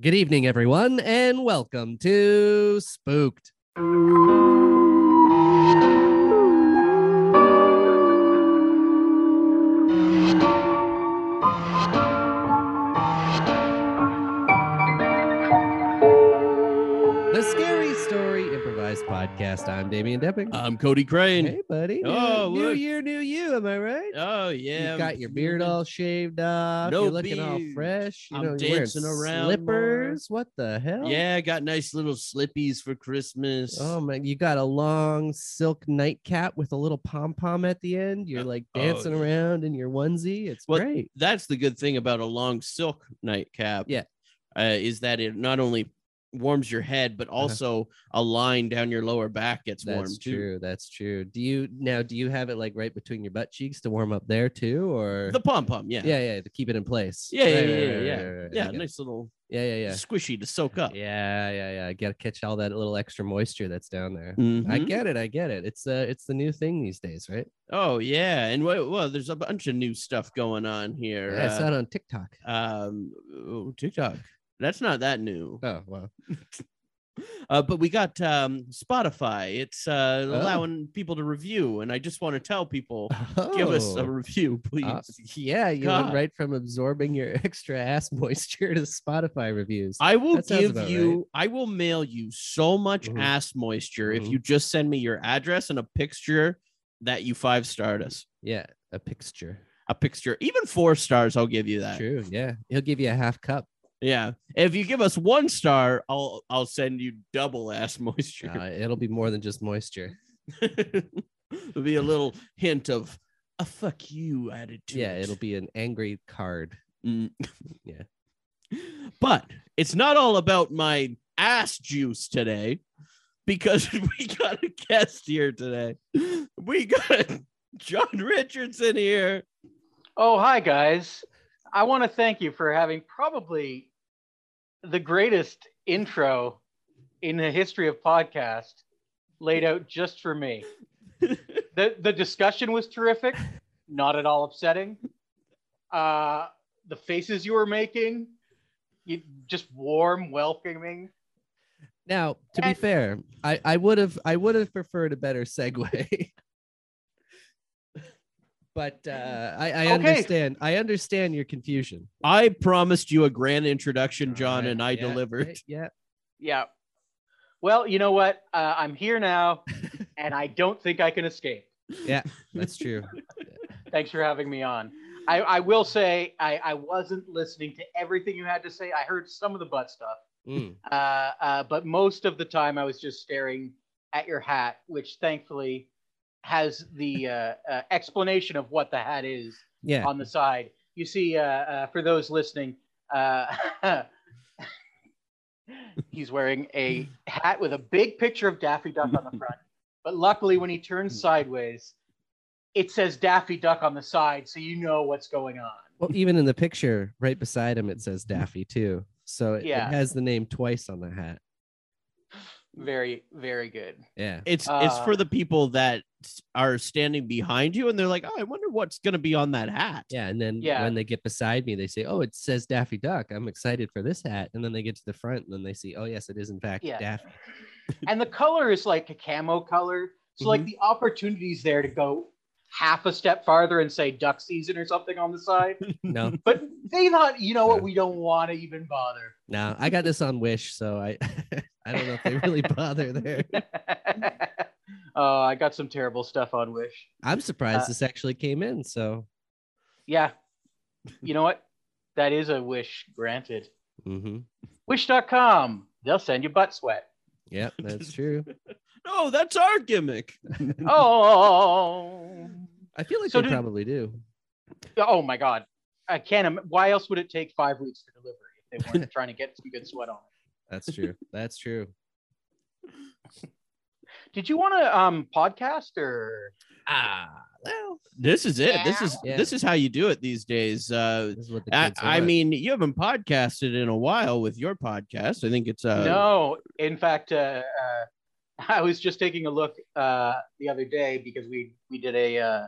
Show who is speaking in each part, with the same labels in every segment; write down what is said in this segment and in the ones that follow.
Speaker 1: Good evening, everyone, and welcome to Spooked. The Scary Story Improvised Podcast. I'm Damian Depping.
Speaker 2: I'm Cody Crane.
Speaker 1: hey, buddy.
Speaker 2: Uh, Oh,
Speaker 1: new, new
Speaker 2: look.
Speaker 1: year, new you. Am I right?
Speaker 2: Oh yeah,
Speaker 1: You've
Speaker 2: I'm
Speaker 1: got your beard
Speaker 2: fuming.
Speaker 1: all shaved off.
Speaker 2: No
Speaker 1: you're looking all
Speaker 2: beard.
Speaker 1: fresh. You
Speaker 2: I'm
Speaker 1: know, you're wearing
Speaker 2: dancing around more.
Speaker 1: slippers. What the hell?
Speaker 2: Yeah, I got nice little slippies for Christmas.
Speaker 1: Oh man, you got a long silk nightcap with a little pom pom at the end. You're like
Speaker 2: oh,
Speaker 1: dancing
Speaker 2: yeah.
Speaker 1: around in your onesie. It's
Speaker 2: Well,
Speaker 1: great.
Speaker 2: That's the good thing about a long silk nightcap.
Speaker 1: Yeah.
Speaker 2: uh, is that it not only warms your head, but also a line down your lower back gets warm
Speaker 1: Uh-huh. That's
Speaker 2: too.
Speaker 1: true. That's true. Do you now? Do you have it like right between your butt cheeks to warm up there too, or
Speaker 2: The pom pom, yeah.
Speaker 1: yeah, yeah, to keep it in place.
Speaker 2: Yeah, yeah,
Speaker 1: Right,
Speaker 2: yeah,
Speaker 1: right,
Speaker 2: yeah,
Speaker 1: right,
Speaker 2: yeah.
Speaker 1: right, right.
Speaker 2: Yeah,
Speaker 1: I get it.
Speaker 2: nice little
Speaker 1: yeah, yeah, yeah.
Speaker 2: squishy to soak up.
Speaker 1: Yeah, yeah, yeah. Got to catch all that little extra moisture that's down there. I
Speaker 2: Mhm.
Speaker 1: get it. I get it. It's uh, it's the new thing these days, right?
Speaker 2: Oh yeah, and well, well, there's a bunch of new stuff going on here.
Speaker 1: Yeah, it's
Speaker 2: Uh,
Speaker 1: out on TikTok.
Speaker 2: um, oh, TikTok. That's not that new.
Speaker 1: Oh wow.
Speaker 2: Uh, but we got um, Spotify. It's uh,
Speaker 1: Oh.
Speaker 2: allowing people to review, and I just want to tell people, give us a
Speaker 1: Oh.
Speaker 2: review, please.
Speaker 1: Uh, yeah, you went
Speaker 2: God.
Speaker 1: right from absorbing your extra ass moisture to Spotify reviews.
Speaker 2: I will
Speaker 1: that sounds
Speaker 2: give
Speaker 1: about
Speaker 2: you. I will mail you so much
Speaker 1: Mhm.
Speaker 2: ass moisture if
Speaker 1: Mhm.
Speaker 2: you just send me your address and a picture that you five starred us.
Speaker 1: yeah, a picture.
Speaker 2: A picture, even four stars, I'll give you that.
Speaker 1: True. Yeah, he'll give you a half cup.
Speaker 2: Yeah, if you give us one star, I'll I'll send you double ass moisture.
Speaker 1: Uh, it'll be more than just moisture.
Speaker 2: It'll be a little hint of a fuck you attitude.
Speaker 1: Yeah, it'll be an angry card.
Speaker 2: Mm.
Speaker 1: Yeah.
Speaker 2: But it's not all about my ass juice today because we got a guest here today. We got John Richardson here.
Speaker 3: Oh, hi, guys. I want to thank you for having probably the greatest intro in the history of podcast laid out just for me. the The discussion was terrific, not at all upsetting. Uh, the faces you were making, you, just warm, welcoming.
Speaker 1: Now, to be
Speaker 3: And-
Speaker 1: fair, I I would have I would have preferred a better segue. but uh, I, I
Speaker 3: Okay.
Speaker 1: understand. I understand your confusion.
Speaker 2: I promised you a grand introduction, John,
Speaker 1: Alright,
Speaker 2: and I
Speaker 1: yeah,
Speaker 2: delivered.
Speaker 1: right, Yeah.
Speaker 3: Yeah. Well, you know what? Uh, I'm here now, and I don't think I can escape.
Speaker 1: That's true.
Speaker 3: Thanks for having me on. I, I will say I, I wasn't listening to everything you had to say. I heard some of the butt stuff,
Speaker 1: Mm.
Speaker 3: uh, uh, but most of the time I was just staring at your hat, which thankfully has the uh, uh, explanation of what the hat is
Speaker 1: Yeah.
Speaker 3: on the side. You see, uh, uh, for those listening, uh, he's wearing a hat with a big picture of Daffy Duck on the front. But luckily, when he turns sideways, it says Daffy Duck on the side, so you know what's going on.
Speaker 1: Well, even in the picture right beside him, it says Daffy too. So it, it
Speaker 3: Yeah.
Speaker 1: has the name twice on the hat.
Speaker 3: Very, very good.
Speaker 1: Yeah.
Speaker 2: It's it's
Speaker 3: Uh,
Speaker 2: for the people that are standing behind you and they're like, oh, I wonder what's gonna be on that hat.
Speaker 1: Yeah. And then
Speaker 3: Yeah.
Speaker 1: when they get beside me, they say, Oh, it says Daffy Duck. I'm excited for this hat. And then they get to the front and then they see, Oh, yes, it is in fact
Speaker 3: Yeah.
Speaker 1: Daffy.
Speaker 3: And the color is like a camo color, so like the opportunity's there to go half a step farther and say duck season or something on the side.
Speaker 1: No,
Speaker 3: But they thought, you know what?
Speaker 1: Yeah.
Speaker 3: We don't want to even bother.
Speaker 1: no. I got this on Wish. So I I don't know if they really bother there.
Speaker 3: oh, I got some terrible stuff on Wish.
Speaker 1: I'm surprised
Speaker 3: Uh,
Speaker 1: this actually came in. So
Speaker 3: Yeah. You know what? That is a wish granted. Mm-hmm.
Speaker 1: mhm.
Speaker 3: Wish.com. They'll send you butt sweat.
Speaker 1: Yep, that's true.
Speaker 2: No, that's our gimmick.
Speaker 3: Oh.
Speaker 1: I feel like
Speaker 3: So
Speaker 1: they
Speaker 3: did-
Speaker 1: probably do.
Speaker 3: Oh my God. I can't. im- Why else would it take five weeks for delivery if they weren't trying to get some good sweat on?
Speaker 1: That's true. That's true.
Speaker 3: it? Did you want to um podcast or?
Speaker 1: Ah, well,
Speaker 2: This is it. This is
Speaker 1: Yeah.
Speaker 2: this is how you do it these days. Uh,
Speaker 1: this is what the
Speaker 2: I,
Speaker 1: kids
Speaker 2: I
Speaker 1: want.
Speaker 2: mean, you haven't podcasted in a while with your podcast. I think it's uh,
Speaker 3: no. In fact, uh, uh, I was just taking a look uh, the other day because we we did a uh,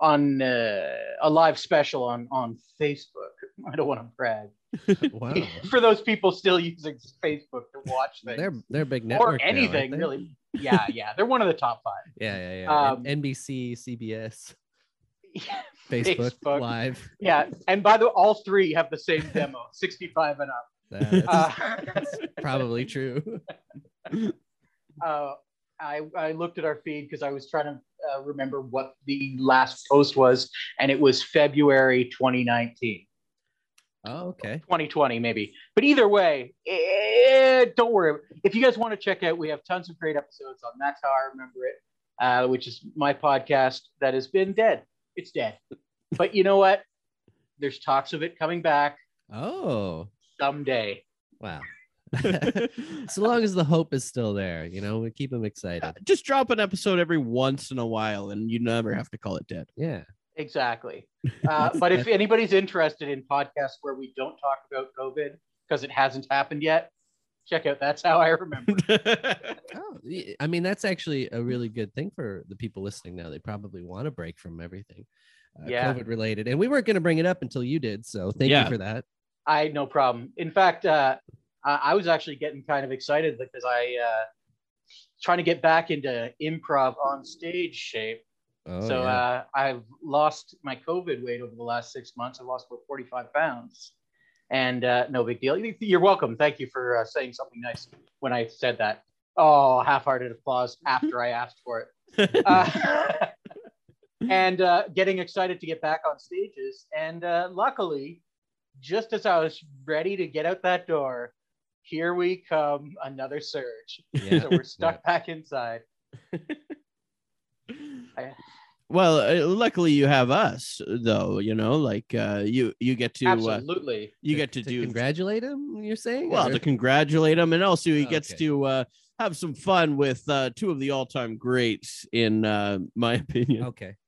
Speaker 3: on uh, a live special on on Facebook. I don't want to brag.
Speaker 1: Wow.
Speaker 3: for those people still using Facebook to watch things
Speaker 1: They're they're a big network.
Speaker 3: or
Speaker 1: now, aren't
Speaker 3: anything
Speaker 1: they?
Speaker 3: really. Yeah, yeah, they're one of the top five.
Speaker 1: Yeah, yeah, yeah.
Speaker 3: Um,
Speaker 1: N- NBC, CBS, Facebook,
Speaker 3: Facebook.
Speaker 1: Live.
Speaker 3: Yeah, and by the all three have the same demo, 65 and up.
Speaker 1: That's
Speaker 3: Uh,
Speaker 1: probably true.
Speaker 3: uh, I, I looked at our feed because I was trying to uh, remember what the last post was, and it was February 2019,
Speaker 1: Oh, okay.
Speaker 3: 2020 maybe. But either way, eh, don't worry. If you guys want to check out, we have tons of great episodes on That's How I Remember It, uh, which is my podcast that has been dead. It's dead. But you know what? There's talks of it coming back
Speaker 1: Oh,
Speaker 3: someday.
Speaker 1: wow. so long as the hope is still there, you know, we keep them excited.
Speaker 2: Just drop an episode every once in a while, and you never have to call it dead.
Speaker 1: Yeah.
Speaker 3: Exactly. Uh, but if anybody's interested in podcasts where we don't talk about COVID because it hasn't happened yet, check out That's How I Remember.
Speaker 1: Oh, y- I mean, that's actually a really good thing for the people listening now. They probably want a break from everything uh,
Speaker 3: Yeah.
Speaker 1: COVID related. And we weren't going to bring it up until you did. So thank
Speaker 2: Yeah.
Speaker 1: you for that.
Speaker 3: I had no problem. In fact, uh, I I was actually getting kind of excited because I uh, trying to get back into improv on stage shape.
Speaker 1: Oh,
Speaker 3: so
Speaker 1: yeah.
Speaker 3: uh, I've lost my COVID weight over the last six months. I've lost about 45 pounds. And uh, no big deal. You- You're welcome. Thank you for uh, saying something nice when I said that. Oh, half hearted applause after I asked for it. Uh, and uh, getting excited to get back on stages. And uh, luckily, just as I was ready to get out that door, here we come another surge.
Speaker 1: yeah.
Speaker 3: So we're stuck back inside.
Speaker 2: well, uh, luckily you have us, though. You know, like uh, you you get to uh,
Speaker 3: Absolutely.
Speaker 2: you
Speaker 1: To-
Speaker 2: get to,
Speaker 1: to
Speaker 2: do
Speaker 1: congratulate him. You're saying
Speaker 2: well
Speaker 1: Or-
Speaker 2: to congratulate him, and also he gets
Speaker 1: Okay.
Speaker 2: to uh, have some fun with uh, two of the all time greats, in uh, my opinion.
Speaker 1: okay.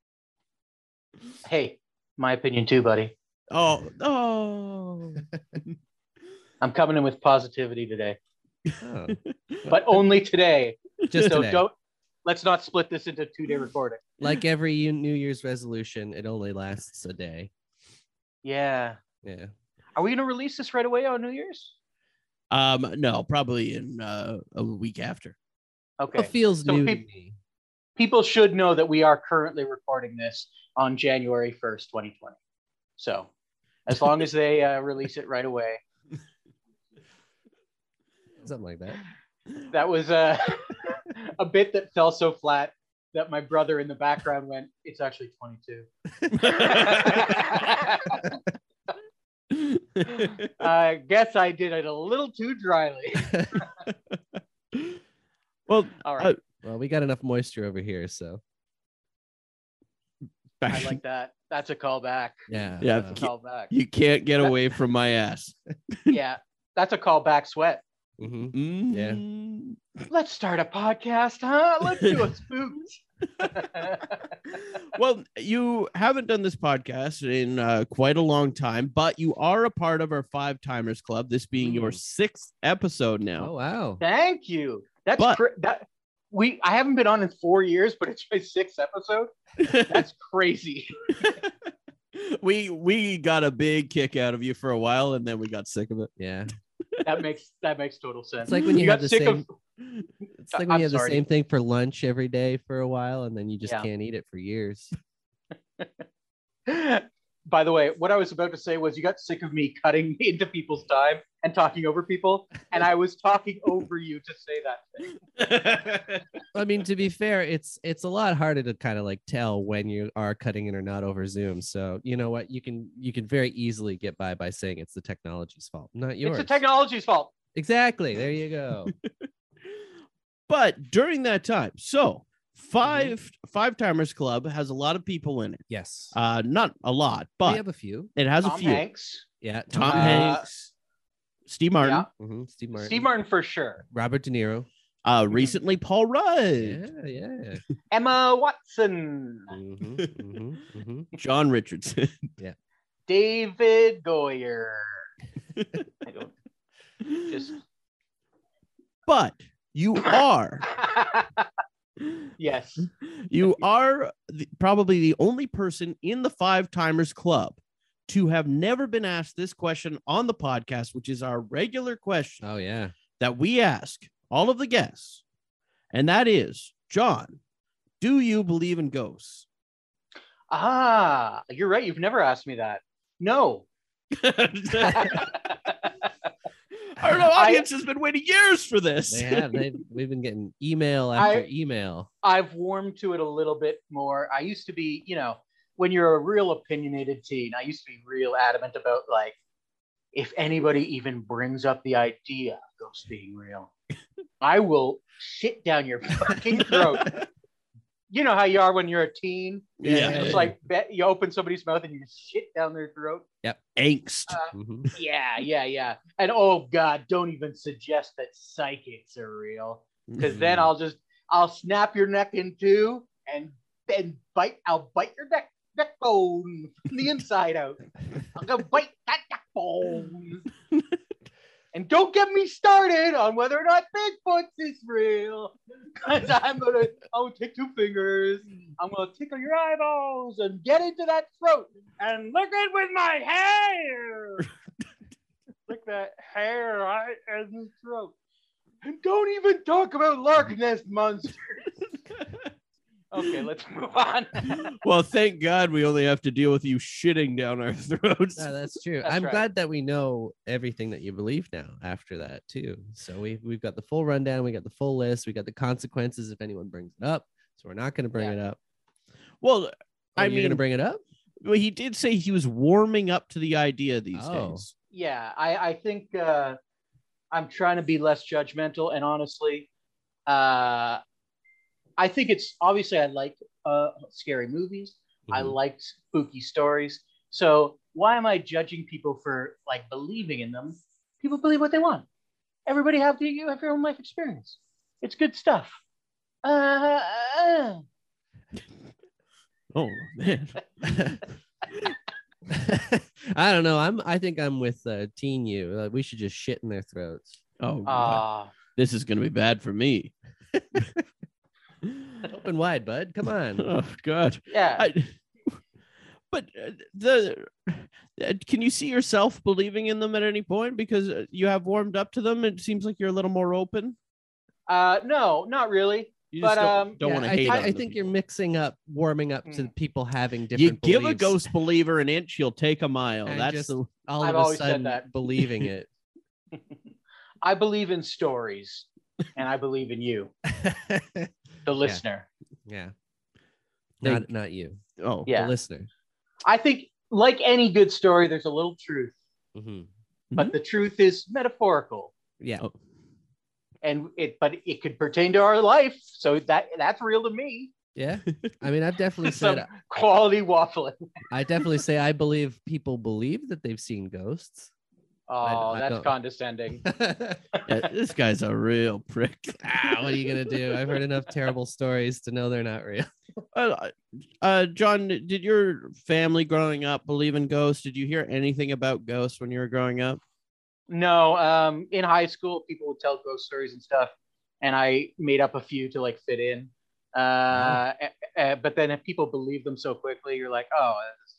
Speaker 3: Hey, my opinion too, buddy.
Speaker 2: Oh, oh.
Speaker 3: I'm coming in with positivity today,
Speaker 1: Oh,
Speaker 3: but only today.
Speaker 1: just
Speaker 3: so
Speaker 1: today.
Speaker 3: don't let's not split this into two day recording.
Speaker 1: like every you- New Year's resolution, it only lasts a day.
Speaker 3: Yeah.
Speaker 1: Yeah.
Speaker 3: Are we gonna release this right away on New Year's?
Speaker 2: Um, no, probably in uh, a week after.
Speaker 3: Okay.
Speaker 1: What feels
Speaker 3: So
Speaker 1: new to
Speaker 3: peop-
Speaker 1: me?
Speaker 3: People should know that we are currently recording this on January 1st, 2020. So as long as they uh, release it right away.
Speaker 1: Something like that.
Speaker 3: That was uh, a bit that fell so flat that my brother in the background went, it's actually 22. I guess I did it a little too dryly.
Speaker 2: well,
Speaker 3: All right.
Speaker 1: Well, we got enough moisture over here, so
Speaker 3: I like that. That's a callback.
Speaker 1: yeah.
Speaker 2: Yeah.
Speaker 1: uh,
Speaker 3: Callback.
Speaker 2: you can't get away from my ass.
Speaker 3: Yeah. That's a callback sweat.
Speaker 1: mhm.
Speaker 2: Mhm.
Speaker 3: Let's start a podcast, huh? Let's do a spook.
Speaker 2: well, you haven't done this podcast in uh, quite a long time, but you are a part of our Five Timers Club. This being your
Speaker 1: Mhm.
Speaker 3: Mm.
Speaker 2: sixth episode
Speaker 1: Oh
Speaker 2: now.
Speaker 1: wow.
Speaker 3: Thank you. That's
Speaker 2: But-
Speaker 3: cra- that we I haven't been on in four years, but it's my sixth episode. That's crazy. Oh.
Speaker 2: we we got a big kick out of you for a while, and then we got sick of it.
Speaker 1: Yeah.
Speaker 3: that makes that makes total sense.
Speaker 1: It's like when you
Speaker 3: got
Speaker 1: have the
Speaker 3: sick
Speaker 1: same-
Speaker 3: of
Speaker 1: It's like when
Speaker 3: I'm
Speaker 1: you have
Speaker 3: sorry.
Speaker 1: the same thing for lunch every day for a while, and then you just
Speaker 3: Yeah.
Speaker 1: can't eat it for years.
Speaker 3: By the way, what I was about to say was you got sick of me cutting into people's time and talking over people, and I was talking over you to say that. Thing.
Speaker 1: I mean, to be fair, it's it's a lot harder to kind of like tell when you are cutting in or not over Zoom. So you know what, you can you can very easily get by by saying it's the technology's fault, not yours.
Speaker 3: It's the technology's fault.
Speaker 1: exactly. There you go.
Speaker 2: but during that time, so
Speaker 3: Mm-hmm.
Speaker 2: 5 Five Timers Club has a lot of people in it.
Speaker 1: yes.
Speaker 2: Uh, not a lot,
Speaker 1: we
Speaker 2: but
Speaker 1: have a few.
Speaker 2: it has a
Speaker 3: Tom
Speaker 2: few.
Speaker 3: Hanks,
Speaker 1: Yeah.
Speaker 2: Tom
Speaker 3: Uh,
Speaker 2: Hanks, Steve Martin,
Speaker 3: yeah,
Speaker 1: Mhm, Steve Martin.
Speaker 3: Steve Martin for sure.
Speaker 1: Robert De Niro.
Speaker 2: uh,
Speaker 3: Mm-hmm.
Speaker 2: recently Paul
Speaker 1: Yeah,
Speaker 2: Rudd,
Speaker 1: yeah.
Speaker 3: Emma Watson,
Speaker 1: Mhm, mhm,
Speaker 2: mm-hmm.
Speaker 1: mhm.
Speaker 2: John Richardson.
Speaker 3: David Goyer. I don't just.
Speaker 2: but you are
Speaker 3: yes.
Speaker 2: you are the, probably the only person in the Five Timers Club to have never been asked this question on the podcast, which is our regular question
Speaker 1: Oh yeah.
Speaker 2: that we ask all of the guests. And that is, John, do you believe in ghosts?
Speaker 3: Ah, you're right. You've never asked me that. No.
Speaker 2: Our
Speaker 3: I,
Speaker 2: audience has been waiting years for this.
Speaker 1: They have. They, we've been getting email after email.
Speaker 3: I've warmed to it a little bit more. I used to be, you know, when you're a real opinionated teen, I used to be real adamant about like, if anybody even brings up the idea of ghosts being real, I will shit down your fucking throat. You know how you are when you're a teen.
Speaker 2: Yeah.
Speaker 3: It's like bet you open somebody's mouth and you shit down their throat.
Speaker 2: Angst.
Speaker 3: Uh,
Speaker 1: Mhm.
Speaker 3: Yeah, yeah, yeah. And oh god, don't even suggest that psychics are real, because
Speaker 2: Mm-hmm.
Speaker 3: then I'll just I'll snap your neck in two and then bite. I'll bite your neck neck bone from the inside out. I'll go bite that neck bone. and don't get me started on whether or not Bigfoot is real, because I'm gonna I'll take two fingers. I'm gonna tickle your eyeballs and get into that throat and lick it with my hair. lick that hair right in the throat. And don't even talk about Loch Ness monsters. okay, let's move on.
Speaker 2: well, thank God we only have to deal with you shitting down our throats.
Speaker 1: No, that's true.
Speaker 3: That's
Speaker 1: I'm
Speaker 3: right.
Speaker 1: glad that we know everything that you believe now after that too. So we we've got the full rundown, we got the full list, we got the consequences if anyone brings it up. So we're not going to bring
Speaker 3: Yeah.
Speaker 1: it up.
Speaker 2: well,
Speaker 1: Oh,
Speaker 2: I
Speaker 1: you're going to
Speaker 2: mean,
Speaker 1: bring it up.
Speaker 2: well, he did say he was warming up to the idea these
Speaker 1: Oh.
Speaker 2: days.
Speaker 3: yeah, I, I think uh, I'm trying to be less judgmental. And honestly, uh, I think it's obviously I like uh, scary movies. I
Speaker 1: Mhm.
Speaker 3: like spooky stories. So why am I judging people for like believing in them? People believe what they want. Everybody have the, you have your own life experience. It's good stuff. Uh, uh,
Speaker 2: Oh man.
Speaker 1: I don't know. I'm. I think I'm with uh, Teen You. Like, we should just shit in their throats.
Speaker 2: Oh, God.
Speaker 3: uh,
Speaker 2: this is gonna be bad for me.
Speaker 1: Open wide, bud. Come on.
Speaker 2: oh God.
Speaker 3: yeah.
Speaker 2: I, but uh, the uh, can you see yourself believing in them at any point because uh, you have warmed up to them? It seems like you're a little more open.
Speaker 3: Uh, no, not really.
Speaker 2: You
Speaker 3: But,
Speaker 2: just don't,
Speaker 3: um,
Speaker 2: don't
Speaker 1: Yeah,
Speaker 2: want
Speaker 1: I
Speaker 2: to hate.
Speaker 1: think,
Speaker 2: on
Speaker 1: I
Speaker 2: them.
Speaker 1: think you're mixing up, warming up to
Speaker 3: Mm.
Speaker 1: people having different.
Speaker 2: you give a
Speaker 1: beliefs
Speaker 2: ghost believer an inch, you'll take a mile.
Speaker 1: and
Speaker 2: That's
Speaker 1: just
Speaker 2: the
Speaker 1: all
Speaker 3: I've
Speaker 1: of a
Speaker 3: always said
Speaker 1: sudden
Speaker 3: that.
Speaker 1: believing it.
Speaker 3: I believe in stories, and I believe in you, the listener.
Speaker 1: yeah. Not
Speaker 2: Thank-
Speaker 1: not you,
Speaker 2: oh
Speaker 3: Yeah.
Speaker 1: the listener.
Speaker 3: I think, like any good story, there's a little truth,
Speaker 2: Mm-hmm.
Speaker 1: Mhm.
Speaker 3: but the truth is metaphorical,
Speaker 1: Yeah.
Speaker 2: Oh.
Speaker 3: and it but it could pertain to our life. So that that's real to me.
Speaker 1: Yeah. I mean, I've definitely
Speaker 3: Some
Speaker 1: said
Speaker 3: quality waffling.
Speaker 1: I definitely say I believe people believe that they've seen ghosts.
Speaker 3: Oh,
Speaker 1: I
Speaker 3: that's
Speaker 1: don't-
Speaker 3: condescending.
Speaker 1: ah,
Speaker 2: yeah, this guy's a real prick. Ah.
Speaker 1: what are you gonna do? I've heard enough terrible stories to know they're not real.
Speaker 2: Uh, uh, John, did your family growing up believe in ghosts? Did you hear anything about ghosts when you were growing up?
Speaker 3: No, um, in high school, people would tell ghost stories and stuff, and I made up a few to like fit in. Uh, a- a- but then if people believe them so quickly, you're like, oh, that's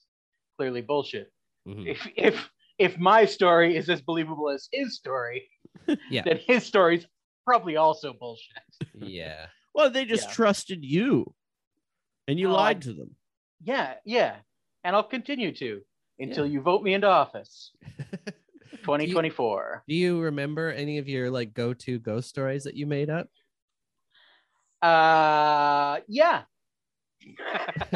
Speaker 3: clearly bullshit.
Speaker 1: Hmm.
Speaker 2: Mm-hmm.
Speaker 3: If if if my story is as believable as his story,
Speaker 1: Yeah.
Speaker 3: then his story's probably also bullshit.
Speaker 1: Yeah.
Speaker 2: Well, they just
Speaker 3: Yeah.
Speaker 2: trusted you, and you
Speaker 3: Oh, I-
Speaker 2: lied to them.
Speaker 3: Yeah, yeah, and I'll continue to until you vote me into office, 2024.
Speaker 1: Do you remember any of your like go-to ghost stories that you made up?
Speaker 3: Uh, yeah.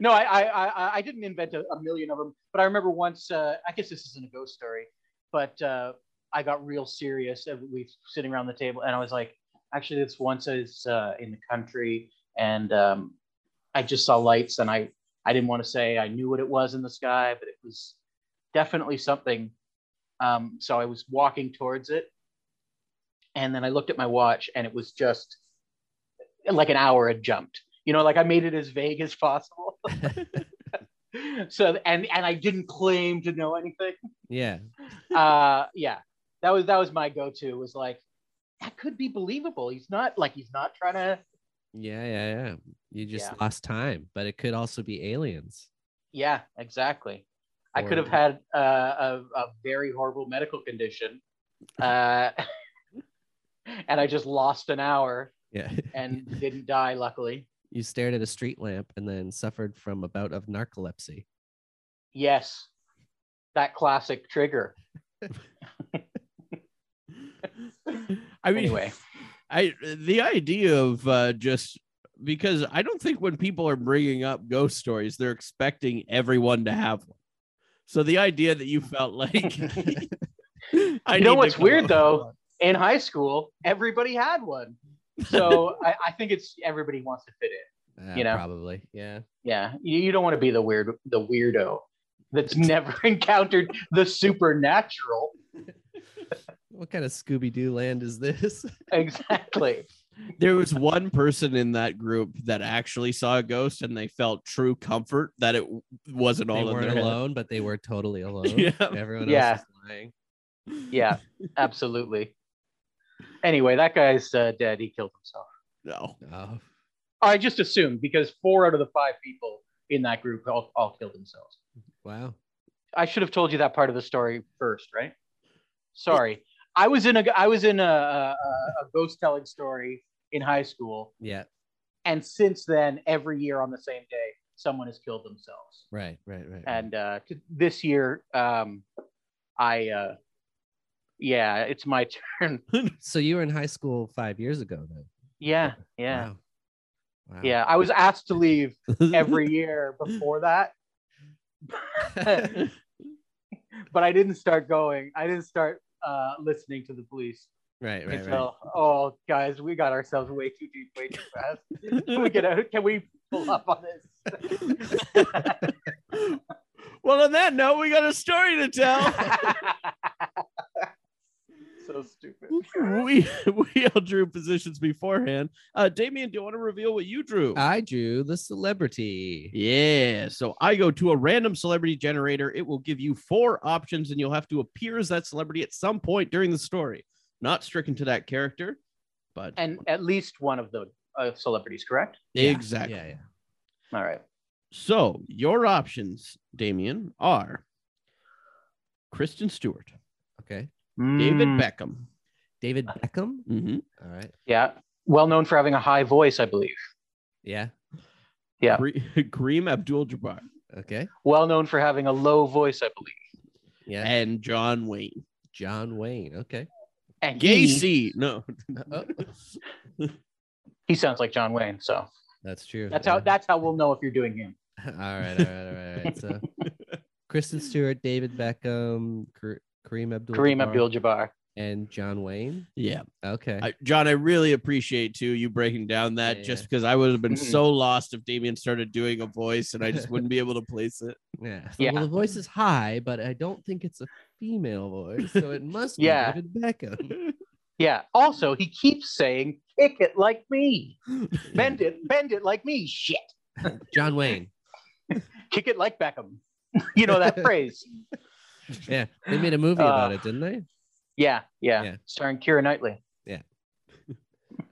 Speaker 3: no, I, I, I, I didn't invent a, a million of them, but I remember once. Uh, I guess this isn't a ghost story, but uh, I got real serious. and We were sitting around the table, and I was like, "Actually, this once I was uh, in the country, and um, I just saw lights, and I, I didn't want to say I knew what it was in the sky, but it was definitely something." Um, so I was walking towards it, and then I looked at my watch, and it was just like an hour had jumped. You know, like I made it as vague as possible. so and and I didn't claim to know anything.
Speaker 1: Yeah.
Speaker 3: Uh yeah. That was that was my go-to was like that could be believable. He's not like he's not trying to
Speaker 1: Yeah, yeah, yeah. You just
Speaker 3: Yeah.
Speaker 1: lost time, but it could also be aliens.
Speaker 3: yeah, exactly. I could have had uh, a, a very horrible medical condition, uh, and I just lost an hour
Speaker 1: Yeah.
Speaker 3: and didn't die. Luckily,
Speaker 1: you stared at a street lamp and then suffered from a bout of narcolepsy.
Speaker 3: yes, that classic trigger.
Speaker 2: I mean,
Speaker 3: Anyway.
Speaker 2: I the idea of uh, just because I don't think when people are bringing up ghost stories, they're expecting everyone to have one. So the idea that you felt like I
Speaker 3: you know
Speaker 2: need to
Speaker 3: what's
Speaker 2: come
Speaker 3: weird
Speaker 2: up-
Speaker 3: though? In high school, everybody had one, so I, I think it's everybody wants to fit in.
Speaker 1: Uh,
Speaker 3: You know.
Speaker 1: probably. Yeah.
Speaker 3: Yeah, you, you don't want to be the weird, the weirdo that's never encountered the supernatural.
Speaker 1: What kind of Scooby Doo land is this?
Speaker 3: Exactly.
Speaker 2: There was one person in that group that actually saw a ghost and they felt true comfort that it w- wasn't
Speaker 1: they
Speaker 2: all in
Speaker 1: weren't
Speaker 2: their head.
Speaker 1: alone, but they were totally alone.
Speaker 2: Yeah.
Speaker 1: Everyone
Speaker 3: Yeah.
Speaker 1: else is lying.
Speaker 3: Yeah, absolutely. Anyway, that guy's uh, dead. He killed himself.
Speaker 2: No.
Speaker 1: Oh,
Speaker 3: I just assumed because four out of the five people in that group all, all killed themselves.
Speaker 1: wow.
Speaker 3: I should have told you that part of the story first, right? Sorry, I was in a I was in a, a, a ghost telling story in high school,
Speaker 1: Yeah.
Speaker 3: and since then, every year on the same day, someone has killed themselves.
Speaker 1: Right. Right. Right. right.
Speaker 3: And uh, t- this year, um, I uh, yeah, it's my turn.
Speaker 1: so you were in high school five years ago, then.
Speaker 3: Yeah, yeah,
Speaker 1: Wow. Wow.
Speaker 3: yeah. I was asked to leave every year before that, but I didn't start going. I didn't start uh, listening to the police.
Speaker 1: right. Right. Right.
Speaker 3: until oh guys we got ourselves way too deep way too fast can we get out can we pull up on this
Speaker 2: well, on that note, we got a story to tell.
Speaker 3: so stupid
Speaker 2: we we all drew positions beforehand. Uh, Damien, do you want to reveal what you drew?
Speaker 1: I drew the celebrity.
Speaker 2: yeah. So I go to a random celebrity generator. It will give you four options, and you'll have to appear as that celebrity at some point during the story. Not stricken to that character, but
Speaker 3: and at least one of the uh, celebrities correct
Speaker 2: exactly.
Speaker 1: Yeah. Yeah.
Speaker 3: all right
Speaker 2: So your options, Damien, are Kristen Stewart,
Speaker 1: Okay.
Speaker 2: David
Speaker 1: Hmm.
Speaker 3: Mm,
Speaker 2: Beckham,
Speaker 1: David
Speaker 3: Uh,
Speaker 1: Beckham.
Speaker 2: mhm,
Speaker 1: All right.
Speaker 3: yeah well known for having a high voice i believe
Speaker 1: Yeah.
Speaker 3: Yeah.
Speaker 2: Kare- Kareem Abdul-Jabbar,
Speaker 1: Okay.
Speaker 3: well known for having a low voice i believe
Speaker 1: Yeah.
Speaker 2: and John Wayne.
Speaker 1: John Wayne. Okay.
Speaker 3: and he,
Speaker 2: Gacy. No.
Speaker 1: Oh,
Speaker 3: he sounds like john wayne so
Speaker 1: that's true.
Speaker 3: that's how
Speaker 1: Yeah.
Speaker 3: that's how we'll know if you're doing him
Speaker 1: all right, all right, all right, all right. So, Kristen Stewart, David Beckham, Kar- Kareem Abdul,
Speaker 3: kareem abdul-jabbar
Speaker 1: and John Wayne.
Speaker 2: Yeah.
Speaker 1: Okay,
Speaker 2: I, John, I really appreciate too you breaking down that
Speaker 1: Yeah,
Speaker 2: just
Speaker 1: yeah.
Speaker 2: because I would have been
Speaker 3: Mhm.
Speaker 2: so lost if Damien started doing a voice and I just wouldn't be able to place it.
Speaker 1: yeah.
Speaker 3: yeah.
Speaker 1: Well, the voice is high, but I don't think it's a female voice, so it must be
Speaker 3: Yeah.
Speaker 1: David Beckham.
Speaker 3: yeah also he keeps saying kick it like me bend it bend it like me shit
Speaker 1: John Wayne.
Speaker 3: kick it like Beckham. you know that phrase.
Speaker 1: Yeah, they made a movie about
Speaker 3: Uh,
Speaker 1: it, didn't they?
Speaker 3: Yeah, yeah,
Speaker 1: Yeah.
Speaker 3: Starring Kira Knightley.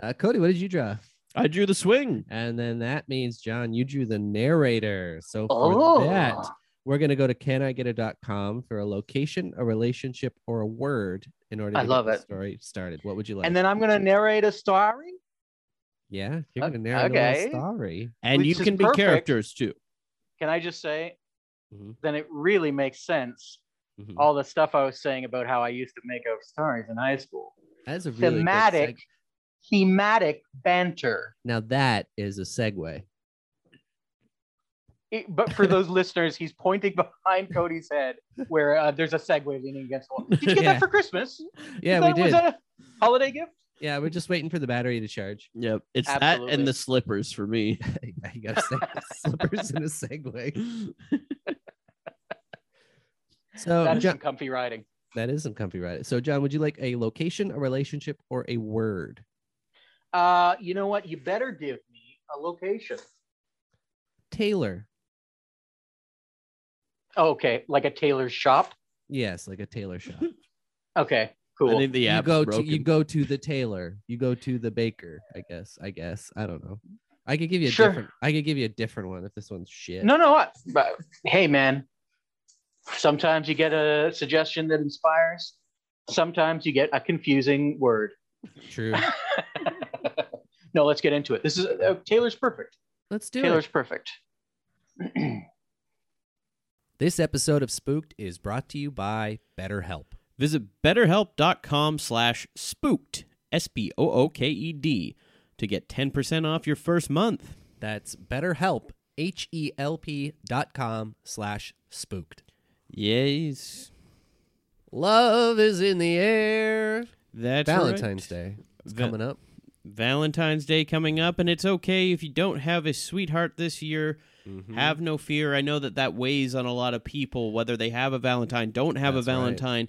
Speaker 1: Uh, Cody, what did you draw?
Speaker 2: I drew the swing.
Speaker 1: And then that means John, you drew the narrator. So for
Speaker 3: Oh,
Speaker 1: that, we're going to go to canigetit.com for a location, a relationship, or a word in order to
Speaker 3: I
Speaker 1: get
Speaker 3: love
Speaker 1: the
Speaker 3: it.
Speaker 1: story started. What would you like?
Speaker 3: and then I'm gonna narrate a story.
Speaker 1: yeah, you're
Speaker 3: Oh,
Speaker 1: going to narrate a
Speaker 3: okay.
Speaker 1: little story.
Speaker 2: And
Speaker 3: Which
Speaker 2: you
Speaker 3: is
Speaker 2: can be
Speaker 3: perfect.
Speaker 2: characters too.
Speaker 3: Can I just say?
Speaker 1: Mhm.
Speaker 3: Then it really makes sense.
Speaker 1: Mhm.
Speaker 3: All the stuff I was saying about how I used to make up stories in high school.
Speaker 1: That's a really good
Speaker 3: thematic.
Speaker 1: seg-
Speaker 3: Thematic banter.
Speaker 1: now that is a segue.
Speaker 3: It- but for those listeners, he's pointing behind Cody's head where uh, there's a Segway leaning against the wall. Did you get
Speaker 1: Yeah.
Speaker 3: that for Christmas?
Speaker 1: Yeah,
Speaker 3: that
Speaker 1: we
Speaker 3: was
Speaker 1: did.
Speaker 3: a holiday gift.
Speaker 1: Yeah, we're just waiting for the battery to charge.
Speaker 2: Yep. It's that
Speaker 3: Absolutely.
Speaker 2: and the slippers for me.
Speaker 1: you got to say slippers in a segue. So
Speaker 3: that is
Speaker 1: Jo-
Speaker 3: some comfy riding.
Speaker 1: that is some comfy right. So John, would you like a location, a relationship, or a word?
Speaker 3: Uh, you know what? You better give me a location.
Speaker 1: Taylor.
Speaker 3: Okay, like a tailor's shop.
Speaker 1: Yes, like a tailor shop.
Speaker 3: Okay,
Speaker 2: I
Speaker 3: cool.
Speaker 2: think the
Speaker 1: you
Speaker 2: app's
Speaker 1: go
Speaker 2: broken.
Speaker 1: to you go to the tailor. You go to the baker. I guess. I guess. I don't know. I could give you a
Speaker 3: Sure.
Speaker 1: different. I could give you a different one if this one's shit.
Speaker 3: No, no, I, but, hey, man, Sometimes you get a suggestion that inspires. Sometimes you get a confusing word.
Speaker 1: True.
Speaker 3: No, let's get into it. This is uh, Taylor's perfect.
Speaker 1: Let's do
Speaker 3: Taylor's
Speaker 1: it.
Speaker 3: perfect.
Speaker 1: This episode of Spooked is brought to you by BetterHelp.
Speaker 2: Visit betterhelp.com slash spooked, S-P-O-O-K-E-D, E to get 10% off your first month.
Speaker 1: That's BetterHelp, H E L P dot com slash spooked.
Speaker 2: Yes.
Speaker 1: Love is in the air.
Speaker 2: That's
Speaker 1: Valentine's
Speaker 2: right.
Speaker 1: Day is
Speaker 2: Va-
Speaker 1: coming up.
Speaker 2: Valentine's Day coming up, and it's okay if you don't have a sweetheart this year.
Speaker 1: Mm-hmm.
Speaker 2: Have no fear. I know that that weighs on a lot of people, whether they have a Valentine, don't have
Speaker 1: That's
Speaker 2: a
Speaker 1: right.
Speaker 2: Valentine,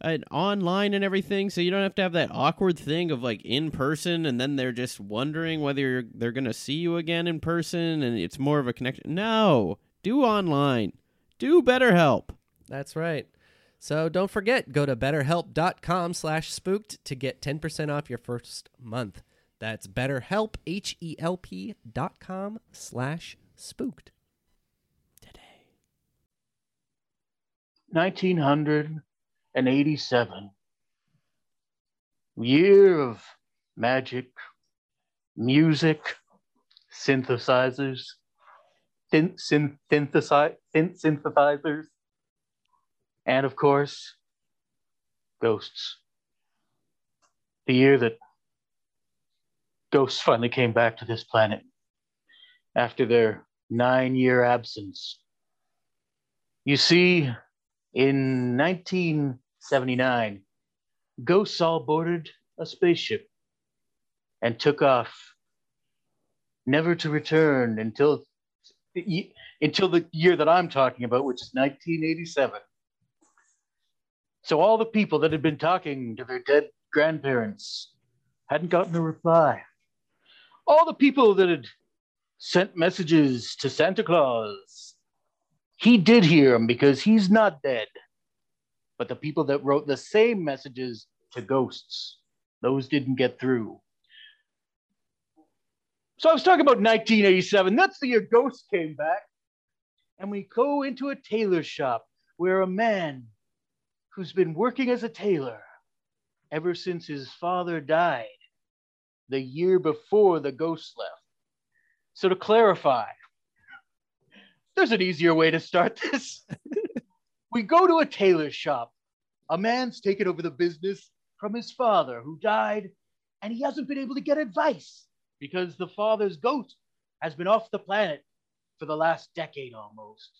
Speaker 2: uh, online and everything, so you don't have to have that awkward thing of like in person, and then they're just wondering whether you're, they're gonna see you again in person, and it's more of a connection. No, do online, do BetterHelp.
Speaker 1: That's right. So don't forget, go to betterhelp.com slash spooked to get 10% off your first month. That's betterhelp, H-E-L-P dot com slash spooked.
Speaker 3: 1987. Year of magic, music, synthesizers, thin, syn, synthesi- thin, synthesizers, and of course, ghosts. The year that ghosts finally came back to this planet after their nine year absence. You see, in 1979, ghosts all boarded a spaceship and took off, never to return until the, ye- until the year that I'm talking about, which is 1987. So all the people that had been talking to their dead grandparents hadn't gotten a reply. All the people that had sent messages to Santa Claus he did hear him because he's not dead. But the people that wrote the same messages to ghosts, those didn't get through. So I was talking about 1987. That's the year ghosts came back. And we go into a tailor shop where a man who's been working as a tailor ever since his father died the year before the ghosts left. So to clarify, there's an easier way to start this. we go to a tailor shop. A man's taken over the business from his father who died, and he hasn't been able to get advice because the father's goat has been off the planet for the last decade almost.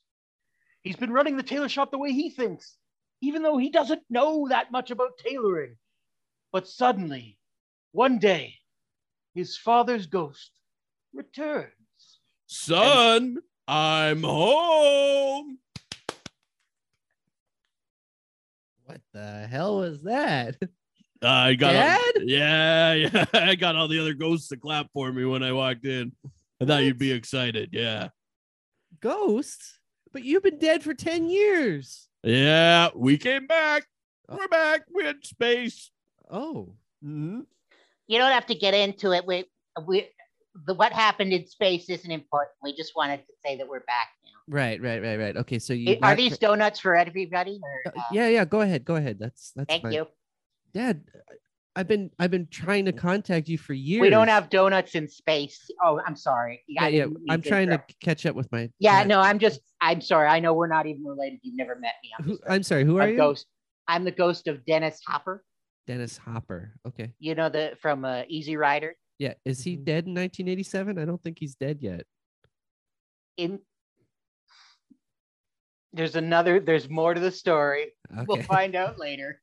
Speaker 3: He's been running the tailor shop the way he thinks, even though he doesn't know that much about tailoring. But suddenly, one day, his father's ghost returns.
Speaker 2: Son, I'm home.
Speaker 1: What the hell was that?
Speaker 2: I got
Speaker 1: Dad?
Speaker 2: All, yeah, yeah. I got all the other ghosts to clap for me when I walked in. I thought you'd be excited. Yeah.
Speaker 1: Ghosts? But you've been dead for 10 years.
Speaker 2: Yeah, we came back.
Speaker 1: Oh.
Speaker 2: We're back. We had space.
Speaker 1: Oh.
Speaker 2: Mhm.
Speaker 4: you don't have to get into it. We we the what happened in space isn't important. We just wanted to say that we're back now.
Speaker 1: Right, right, right, right. Okay, so you
Speaker 4: It- are
Speaker 1: got-
Speaker 4: these donuts for everybody? Or,
Speaker 1: Uh,
Speaker 4: uh,
Speaker 1: yeah, yeah. Go ahead, go ahead. That's that's
Speaker 4: thank
Speaker 1: fine.
Speaker 4: you.
Speaker 1: Dad. I- I've been I've been trying to contact you for years.
Speaker 4: We don't have donuts in space. Oh, I'm sorry.
Speaker 1: Yeah,
Speaker 4: I
Speaker 1: yeah.
Speaker 4: didn't mean
Speaker 1: I'm trying to
Speaker 4: interrupt.
Speaker 1: catch up with my.
Speaker 4: Yeah,
Speaker 1: my-
Speaker 4: no, I'm just. I'm sorry. I know we're not even related. You've never met me. I'm,
Speaker 1: Who,
Speaker 4: just a-
Speaker 1: I'm sorry. Who
Speaker 4: a
Speaker 1: are you?
Speaker 4: ghost. I'm the ghost of Dennis Hopper.
Speaker 1: Dennis Hopper. Okay.
Speaker 4: You know the from uh, Easy Rider.
Speaker 1: Yeah. Is
Speaker 4: Mm-hmm.
Speaker 1: he dead in 1987? I don't think he's dead yet.
Speaker 4: In
Speaker 3: There's another. There's more to the story.
Speaker 1: Okay.
Speaker 4: we'll find out later.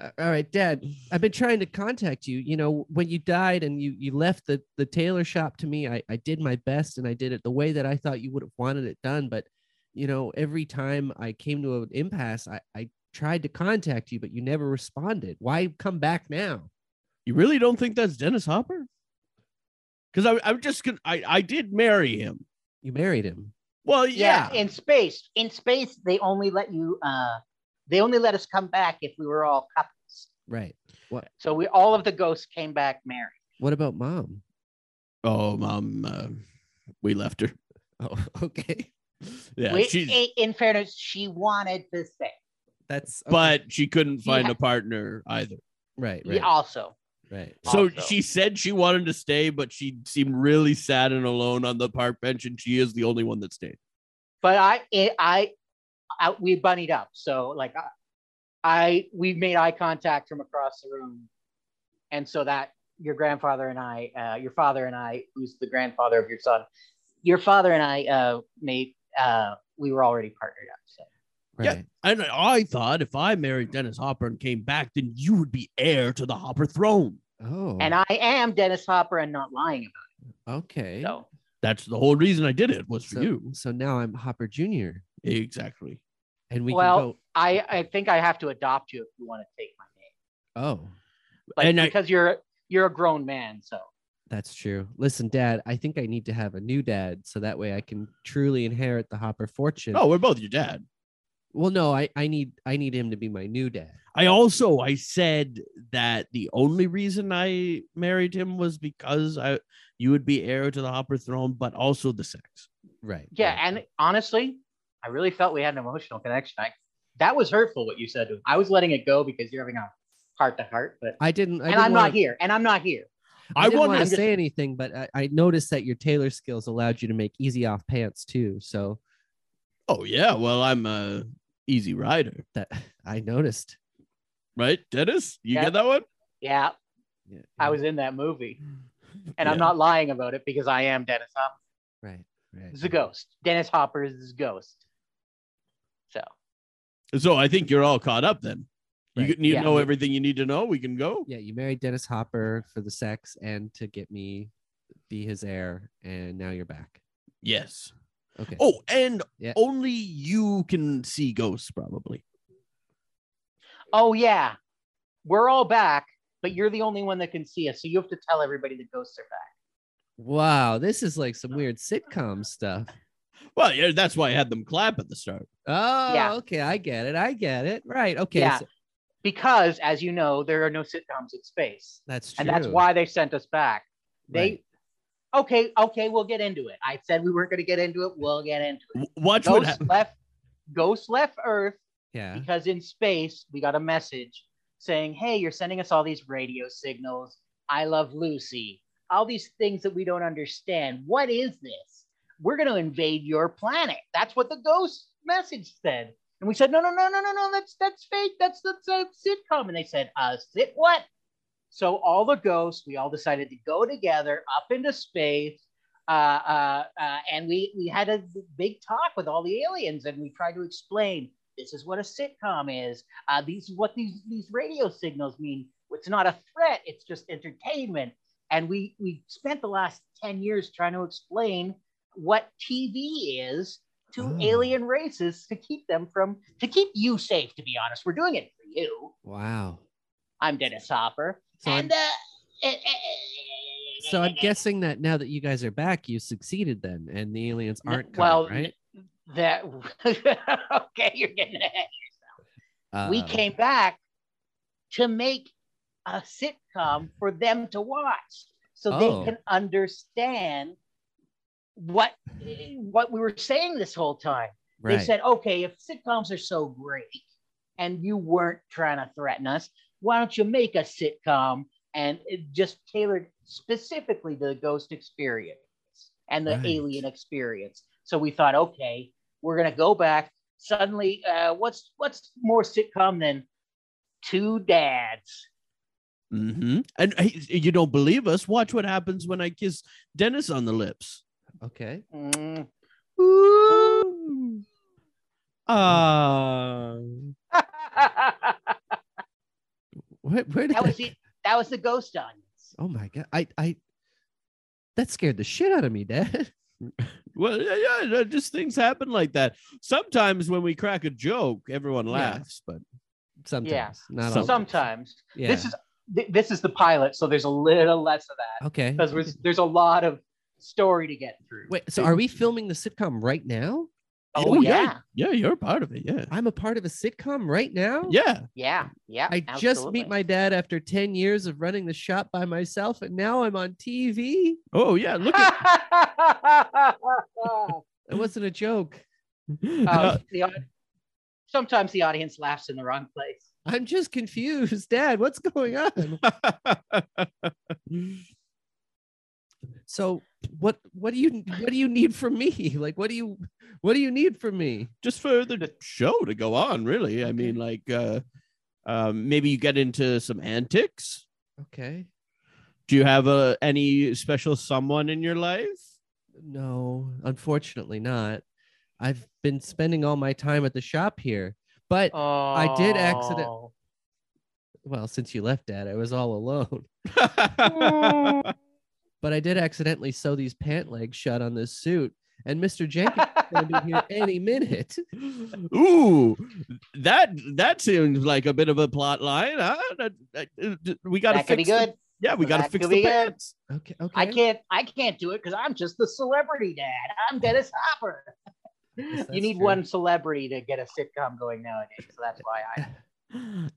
Speaker 1: Uh, All right, Dad. I've been trying to contact you. You know, when you died and you you left the the tailor shop to me, I I did my best and I did it the way that I thought you would have wanted it done. But you know, every time I came to an impasse, I I tried to contact you, but you never responded. Why come back now?
Speaker 5: You really don't think that's Dennis Hopper? Because I'm just gonna I, I did marry him.
Speaker 1: You married him.
Speaker 5: Well,
Speaker 4: yeah.
Speaker 5: yeah.
Speaker 4: in space in space they only let you uh they only let us come back if we were all couples
Speaker 1: Right.
Speaker 4: so we all of the ghosts came back married
Speaker 1: What about mom?
Speaker 5: Oh, mom, uh, we left her.
Speaker 1: Oh, okay.
Speaker 5: Yeah,
Speaker 4: we,
Speaker 5: she's-
Speaker 4: i- in fairness she wanted to stay
Speaker 1: That's okay.
Speaker 5: but she couldn't
Speaker 4: She
Speaker 5: find
Speaker 4: ha-
Speaker 5: a partner either.
Speaker 1: right,
Speaker 4: He
Speaker 1: right,
Speaker 4: also
Speaker 1: right.
Speaker 5: So
Speaker 4: Also.
Speaker 5: she said she wanted to stay, but she seemed really sad and alone on the park bench, and she is the only one that stayed.
Speaker 4: but i
Speaker 3: I, I, I we bunnied up. So like, I, I we made eye contact from across the room, and so that your grandfather and I, uh, your father and I, who's the grandfather of your son, your father and I uh, made uh, we were already partnered up. So
Speaker 5: Yeah.
Speaker 1: right.
Speaker 5: And I thought if I married Dennis Hopper and came back, then you would be heir to the Hopper throne.
Speaker 1: Oh,
Speaker 4: and i am dennis hopper and not lying
Speaker 1: okay.
Speaker 4: about it
Speaker 5: That's the whole reason I did it was for
Speaker 1: So,
Speaker 5: you.
Speaker 1: so now I'm Hopper Jr.
Speaker 5: Exactly.
Speaker 1: and we
Speaker 3: Well,
Speaker 1: can go.
Speaker 3: I, I think I have to adopt you if you want to take my name,
Speaker 1: Oh,
Speaker 3: like,
Speaker 5: And I-
Speaker 3: because you're you're a grown man. So
Speaker 1: That's true. Listen, Dad, I think I need to have a new dad so that way I can truly inherit the Hopper fortune.
Speaker 5: Oh, we're both your dad.
Speaker 1: well, no, I, I need I need him to be my new dad.
Speaker 5: I also I said that the only reason I married him was because I you would be heir to the Hopper throne, but also the sex.
Speaker 1: Right.
Speaker 3: yeah,
Speaker 1: right.
Speaker 3: and honestly, I really felt we had an emotional connection. I, that was hurtful what you said. to him. I was letting it go because you're having a heart to heart, but.
Speaker 1: I didn't. I
Speaker 3: and
Speaker 1: didn't
Speaker 3: I'm
Speaker 1: wanna,
Speaker 3: not here. And I'm not here.
Speaker 1: I,
Speaker 5: I
Speaker 1: didn't
Speaker 5: wanted
Speaker 1: want
Speaker 3: I'm
Speaker 1: to
Speaker 3: just-
Speaker 1: say anything, but I, I noticed that your tailor skills allowed you to make easy off pants too. So
Speaker 5: Oh yeah, well I'm a easy rider,
Speaker 1: that I noticed.
Speaker 5: right, Dennis? You
Speaker 3: Yeah.
Speaker 5: get that one?
Speaker 3: Yeah,
Speaker 1: Yeah,
Speaker 3: I
Speaker 1: yeah,
Speaker 3: was in that movie, and
Speaker 5: Yeah.
Speaker 3: I'm not lying about it because I am Dennis Hopper.
Speaker 1: right. Right.
Speaker 3: This is a ghost. Dennis Hopper is this ghost. So
Speaker 5: So I think you're all caught up then. You,
Speaker 1: Right.
Speaker 5: get- you
Speaker 3: Yeah.
Speaker 5: know everything you need to know. We can go.
Speaker 1: Yeah, you married Dennis Hopper for the sex and to get me be his heir, and now you're back.
Speaker 5: Yes.
Speaker 1: Okay.
Speaker 5: Oh, and
Speaker 1: Yeah.
Speaker 5: only you can see ghosts, probably.
Speaker 3: oh yeah, we're all back, but you're the only one that can see us. So you have to tell everybody the ghosts are back.
Speaker 1: Wow, this is like some weird sitcom stuff.
Speaker 5: Well, yeah, that's why I had them clap at the start.
Speaker 1: Oh, okay. I get it. I get it. Right. Okay.
Speaker 3: Yeah.
Speaker 1: so-
Speaker 3: Because as you know, there are no sitcoms in space.
Speaker 1: that's true.
Speaker 3: And that's why they sent us back. They
Speaker 1: Right.
Speaker 3: okay, okay, we'll get into it. I said we weren't gonna get into it, we'll get into it.
Speaker 5: W- Watch what
Speaker 3: Ghosts
Speaker 5: happens.
Speaker 3: left ghosts left Earth
Speaker 1: Yeah.
Speaker 3: because in space we got a message saying hey you're sending us all these radio signals i love lucy all these things that we don't understand what is this we're going to invade your planet that's what the ghost message said and we said no no no no no no that's that's fake that's that's a sitcom and they said uh sit what so all the ghosts we all decided to go together up into space uh, uh, uh, and we, we had a big talk with all the aliens and we tried to explain this is what a sitcom is. Uh, these what these these radio signals mean. It's not a threat. It's just entertainment. And we we spent the last ten years trying to explain what TV is to
Speaker 1: Oh.
Speaker 3: alien races to keep them from to keep you safe. To be honest, we're doing it for you.
Speaker 1: Wow.
Speaker 3: I'm Dennis Hopper,
Speaker 1: So I'm,
Speaker 3: and uh, eh, eh,
Speaker 1: so I'm guessing that now that you guys are back, you succeeded then, and the aliens
Speaker 3: No,
Speaker 1: aren't. Coming,
Speaker 3: well,
Speaker 1: right.
Speaker 3: that okay. You're getting ahead. we
Speaker 1: Uh,
Speaker 3: came back to make a sitcom for them to watch.
Speaker 4: so
Speaker 1: Oh.
Speaker 4: they can understand what what we were saying this whole time.
Speaker 1: Right.
Speaker 4: They said, okay, if sitcoms are so great and you weren't trying to threaten us, why don't you make a sitcom and it just tailored specifically to the ghost experience and the
Speaker 1: Right.
Speaker 4: alien experience? So we thought, okay, we're gonna go back. Suddenly, uh, what's what's more sitcom than two dads?
Speaker 2: Mm-hmm. And hey, you don't believe us? Watch what happens when I kiss Dennis on the lips.
Speaker 1: okay.
Speaker 4: Mm.
Speaker 2: Ah,
Speaker 4: that
Speaker 1: Where, where did
Speaker 4: was the that was the ghost audience.
Speaker 1: Oh my god. I I that scared the shit out of me, Dad.
Speaker 2: well, yeah, yeah, no, just things happen like that. Sometimes when we crack a joke, everyone laughs, but
Speaker 1: Sometimes. Not all. Some-
Speaker 3: Sometimes
Speaker 1: yeah.
Speaker 3: this is th- this is the pilot, so there's a little less of that
Speaker 1: okay.
Speaker 3: because there's a lot of story to get through.
Speaker 1: Wait, so are we filming the sitcom right now?
Speaker 4: Oh, yeah.
Speaker 2: yeah, you're part of it, yeah,
Speaker 1: I'm a part of a sitcom right now?
Speaker 2: yeah.
Speaker 4: Yeah, yeah.
Speaker 1: I just meet my dad after 10 years of running the shop by myself, and now I'm on TV.
Speaker 2: Oh yeah, look at
Speaker 3: Mm.
Speaker 1: It wasn't a joke.
Speaker 2: Uh,
Speaker 3: Oh,
Speaker 4: Um, the, au- sometimes the audience laughs in the wrong place.
Speaker 1: I'm just confused, Dad. What's going on? So what what do you what do you need from me? Like what do you what do you need from me?
Speaker 2: just for the show to go on. Really, I mean, like, uh, um, maybe you get into some antics.
Speaker 1: Okay.
Speaker 2: Do you have uh, any special someone in your life?
Speaker 1: No, unfortunately not. I've been spending all my time at the shop here. But
Speaker 3: Oh,
Speaker 1: did accident- well, since you left dad, I was all alone. But I did accidentally sew these pant legs shut on this suit, and Mr. Jenkins is gonna be here any minute.
Speaker 2: Ooh, that that seems like a bit of a plot line. Huh? That- that- uh, we got to
Speaker 4: That could be
Speaker 2: fix.
Speaker 4: good.
Speaker 2: The, yeah, we got to
Speaker 4: That
Speaker 2: fix
Speaker 4: could
Speaker 2: the
Speaker 4: be good.
Speaker 2: pants.
Speaker 1: Okay, okay.
Speaker 4: I can't I can't do it because I'm just the celebrity dad. I'm Dennis Hopper.
Speaker 1: that's
Speaker 4: you need
Speaker 1: true.
Speaker 4: one celebrity to get a sitcom going nowadays. So that's why I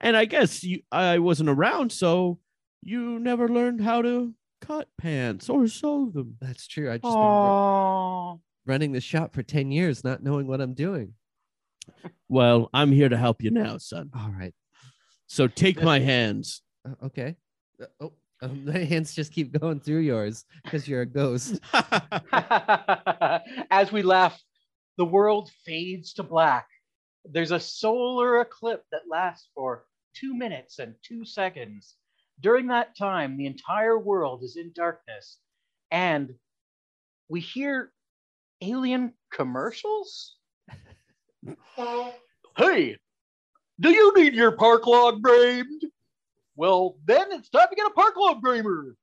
Speaker 2: And I guess you, uh, I wasn't around, so you never learned how to cut pants or sew them.
Speaker 1: That's true. I just been wor-
Speaker 4: Ah,
Speaker 3: Oh,
Speaker 1: running the shop for 10 years, not knowing what I'm doing.
Speaker 2: Well, I'm here to help you now, son.
Speaker 1: All right.
Speaker 2: So take my hands.
Speaker 1: Uh, okay. Uh, oh, um, my hands just keep going through yours because you're a ghost.
Speaker 3: As we laugh, the world fades to black. There's a solar eclipse that lasts for two minutes and two seconds. During that time, the entire world is in darkness, and we hear alien commercials. hey, do you need your park log bramed? Well, then it's time to get a park log bramer.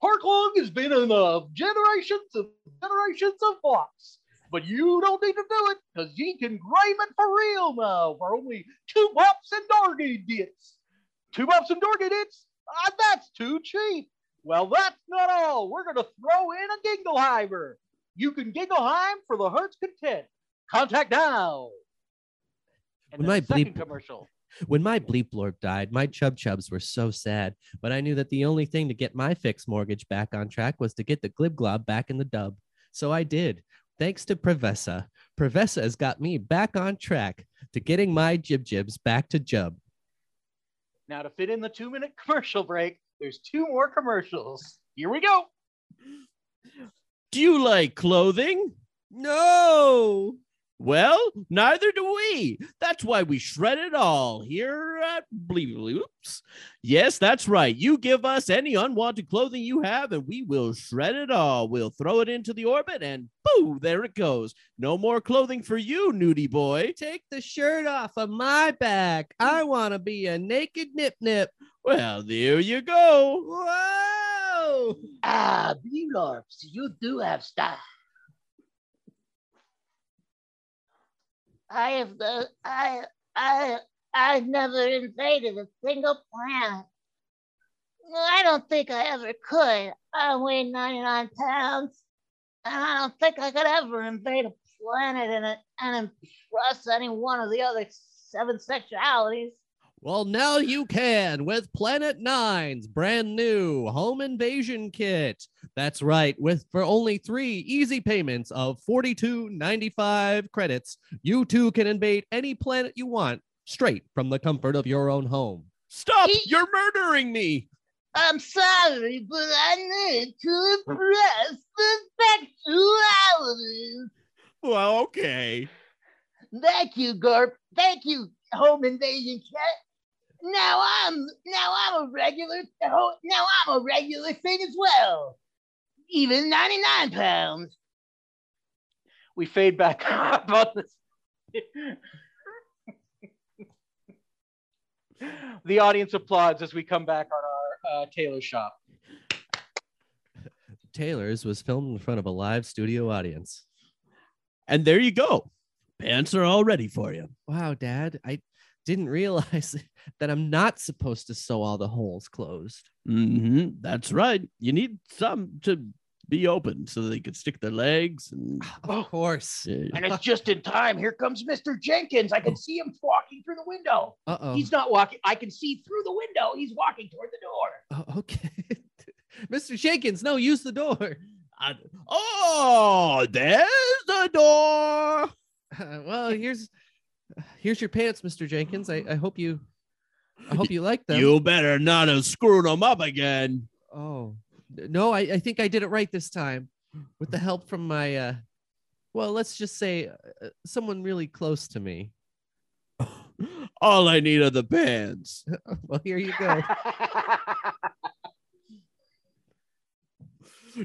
Speaker 3: Park Long has been in uh, generations of generations of blocks. But you don't need to do it because you can grime it for real now for only two bucks and dargy dits. Two bucks and dargy dits? Ah, that's too cheap. Well, that's not all. We're going to throw in a Gingleheimer. You can Gingleheim for the heart's content. Contact now. And
Speaker 1: When
Speaker 3: the
Speaker 1: I
Speaker 3: second
Speaker 1: bleep-
Speaker 3: commercial.
Speaker 1: When my bleep blorp died, my chub chubs were so sad, but I knew that the only thing to get my fixed mortgage back on track was to get the glib glob back in the dub. So I did. Thanks to Prevessa. Prevessa has got me back on track to getting my jib jibs back to jub.
Speaker 3: Now, to fit in the two minute commercial break, there's two more commercials. Here we go.
Speaker 2: Do you like clothing? No. Well, neither do we. That's why we shred it all here at Bleep Loops. Yes, that's right. You give us any unwanted clothing you have, and we will shred it all. We'll throw it into the orbit, and boo, there it goes. No more clothing for you, nudie boy.
Speaker 1: Take the shirt off of my back. I want to be a naked nip nip.
Speaker 2: Well, there you go. Whoa.
Speaker 4: Ah, Blue Larps, you do have style. I have the I I I've never invaded a single planet. No, I don't think I ever could. I weigh 99 pounds, and I don't think I could ever invade a planet and, and impress any one of the other seven sexualities.
Speaker 1: Well, now you can with Planet Nine's brand new home invasion kit. That's right, with for only three easy payments of 42.95 credits, you too can invade any planet you want straight from the comfort of your own home.
Speaker 5: Stop!
Speaker 4: Eat-
Speaker 5: You're murdering me.
Speaker 4: I'm sorry, but I need to impress the sexuality.
Speaker 5: Well, okay.
Speaker 4: Thank you, Garp. Thank you, home invasion cat. Now I'm now I'm a regular ho- now I'm a regular thing as well. Even 99 pounds.
Speaker 3: We fade back up on this. the audience applauds as we come back on our uh, tailor shop.
Speaker 1: Taylor's was filmed in front of a live studio audience.
Speaker 5: And there you go. Pants are all ready for you.
Speaker 1: Wow, Dad, I didn't realize that I'm not supposed to sew all the holes closed.
Speaker 2: Mm-hmm.
Speaker 5: hmm That's right. You need some to be open so they could stick their legs. And
Speaker 1: Of course.
Speaker 5: Yeah.
Speaker 3: And it's just in time. Here comes Mr. Jenkins. I can see him walking through the window.
Speaker 1: Uh oh.
Speaker 3: He's not walking. I can see through the window. He's walking toward the door.
Speaker 1: Oh, okay. Mr. Jenkins, no, use the door.
Speaker 5: I- oh, there's the door.
Speaker 1: Uh, well, here's here's your pants, Mr. Jenkins. I, I hope you I hope you like them.
Speaker 5: You better not have screwed them up again.
Speaker 1: Oh no, I, I think I did it right this time, with the help from my uh, well, let's just say uh, someone really close to me.
Speaker 5: All I need are the pants.
Speaker 1: Well, here you go.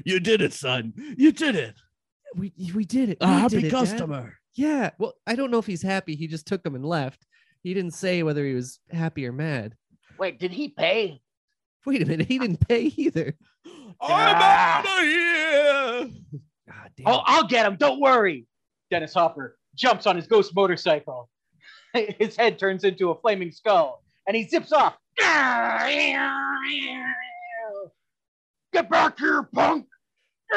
Speaker 5: You did it, son. You did it.
Speaker 1: we we did it.
Speaker 5: A
Speaker 1: We
Speaker 5: happy
Speaker 1: did it, Dad.
Speaker 5: customer.
Speaker 1: Yeah. Well, I don't know if he's happy. He just took them and left. He didn't say whether he was happy or mad.
Speaker 3: Wait, did he pay?
Speaker 1: Wait a minute, he didn't pay either.
Speaker 5: I'm
Speaker 1: Ah.
Speaker 5: out of here.
Speaker 1: God damn.
Speaker 3: Oh, I'll get him. Don't worry. Dennis Hopper jumps on his ghost motorcycle. his head turns into a flaming skull and he zips off. Get back here, punk.
Speaker 1: uh,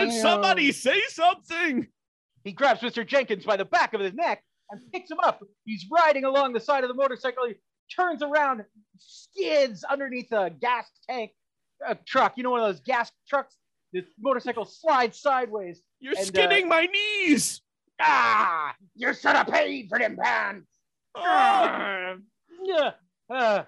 Speaker 5: Did
Speaker 3: And
Speaker 5: somebody say something?
Speaker 3: He grabs Mr. Jenkins by the back of his neck and picks him up. He's riding along the side of the motorcycle. He turns around, skids underneath a gas tank, a truck. You know, one of those gas trucks? The motorcycle slides sideways.
Speaker 5: You're
Speaker 3: And, uh,
Speaker 5: skinning my knees.
Speaker 3: Ah, you should have paid for them pants.
Speaker 5: Oh,
Speaker 3: Ah. Yeah. Ah.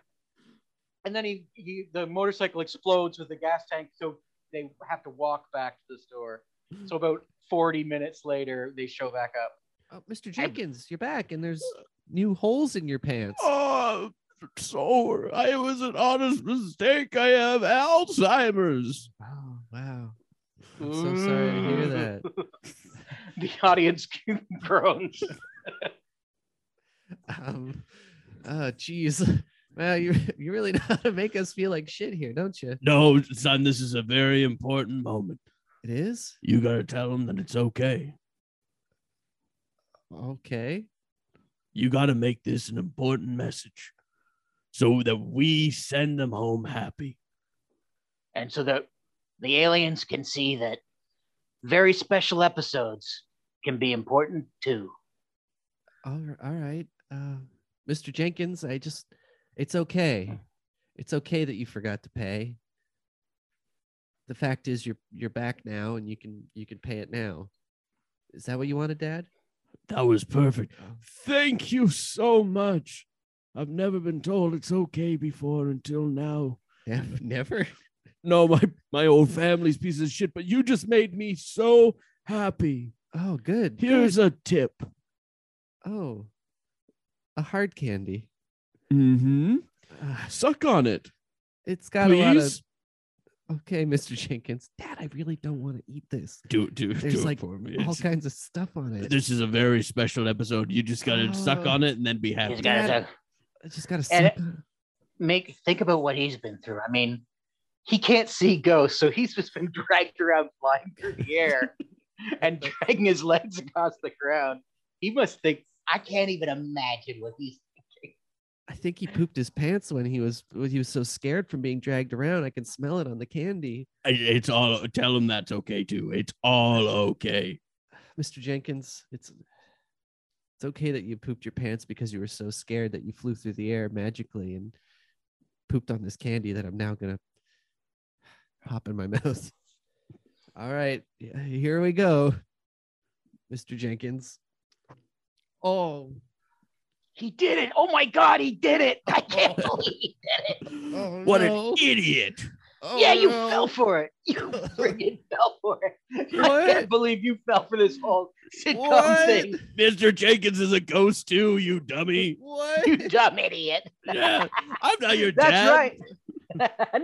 Speaker 3: And then he, he, the motorcycle explodes with the gas tank, so they have to walk back to the store. So about 40 minutes later, they show back up.
Speaker 1: Uh, Mr. Jenkins, you're back, and there's new holes in your pants.
Speaker 5: oh, so I was an honest mistake. I have Alzheimer's.
Speaker 1: Oh, wow. I'm so sorry to hear that.
Speaker 3: the audience groans.
Speaker 1: Um, oh, geez. Well, you you really know how to make us feel like shit here, don't you?
Speaker 5: No, son, this is a very important moment.
Speaker 1: It is
Speaker 5: You gotta tell him that it's okay.
Speaker 1: okay.
Speaker 5: You gotta make this an important message so that we send them home happy.
Speaker 3: And so that the aliens can see that very special episodes can be important too.
Speaker 1: All r- all right, uh, Mr. Jenkins. I just, it's okay. It's okay that you forgot to pay. The fact is, you're you're back now, and you can you can pay it now. Is that what you wanted, Dad?
Speaker 5: That was perfect.
Speaker 1: Oh.
Speaker 5: Thank you so much. I've never been told it's okay before until now.
Speaker 1: Yeah, never.
Speaker 5: No, my my old family's piece of shit, but you just made me so happy.
Speaker 1: Oh, good.
Speaker 5: Here's a tip.
Speaker 1: Oh, a hard candy.
Speaker 5: Mm-hmm.
Speaker 1: Ah,
Speaker 5: Suck on it,
Speaker 1: it's got a lot of.
Speaker 5: please.
Speaker 1: Okay, Mr. Jenkins. Dad, I really don't want to eat this.
Speaker 5: Do do
Speaker 1: There's
Speaker 5: do
Speaker 1: like
Speaker 5: it for me.
Speaker 1: All
Speaker 5: It's-
Speaker 1: kinds of stuff on it.
Speaker 5: This is a very special episode. You just gotta suck
Speaker 1: Oh.
Speaker 5: on it and then be
Speaker 3: He's
Speaker 5: happy.
Speaker 1: got-
Speaker 3: got
Speaker 1: Yeah.
Speaker 3: to
Speaker 1: I just gotta
Speaker 3: and
Speaker 1: suck
Speaker 3: it-
Speaker 1: on
Speaker 3: make think about what he's been through. I mean, he can't see ghosts, so he's just been dragged around flying through the air and dragging his legs across the ground. He must think, I can't even imagine what he's
Speaker 1: it. I think he pooped his pants when he was when he was so scared from being dragged around. I can smell it on the candy.
Speaker 5: I- It's all tell him that's okay too. It's all okay.
Speaker 1: Mr. Jenkins, it's it's it's okay that you pooped your pants because you were so scared that you flew through the air magically and pooped on this candy that I'm now gonna pop in my mouth. All right, here we go, Mr. Jenkins. Oh,
Speaker 4: He did it. Oh my God, he did it. I can't believe he did it.
Speaker 1: oh
Speaker 2: What
Speaker 1: no.
Speaker 2: an idiot.
Speaker 1: Oh,
Speaker 4: yeah, you
Speaker 1: no.
Speaker 4: fell for it. You freaking fell for it. I
Speaker 1: What?
Speaker 4: can't believe you fell for this whole sitcom
Speaker 1: What?
Speaker 4: thing.
Speaker 2: Mr. Jenkins is a ghost too, you dummy.
Speaker 1: What?
Speaker 4: You dumb idiot.
Speaker 2: Yeah, I'm not your
Speaker 4: That's
Speaker 2: dad.
Speaker 4: right.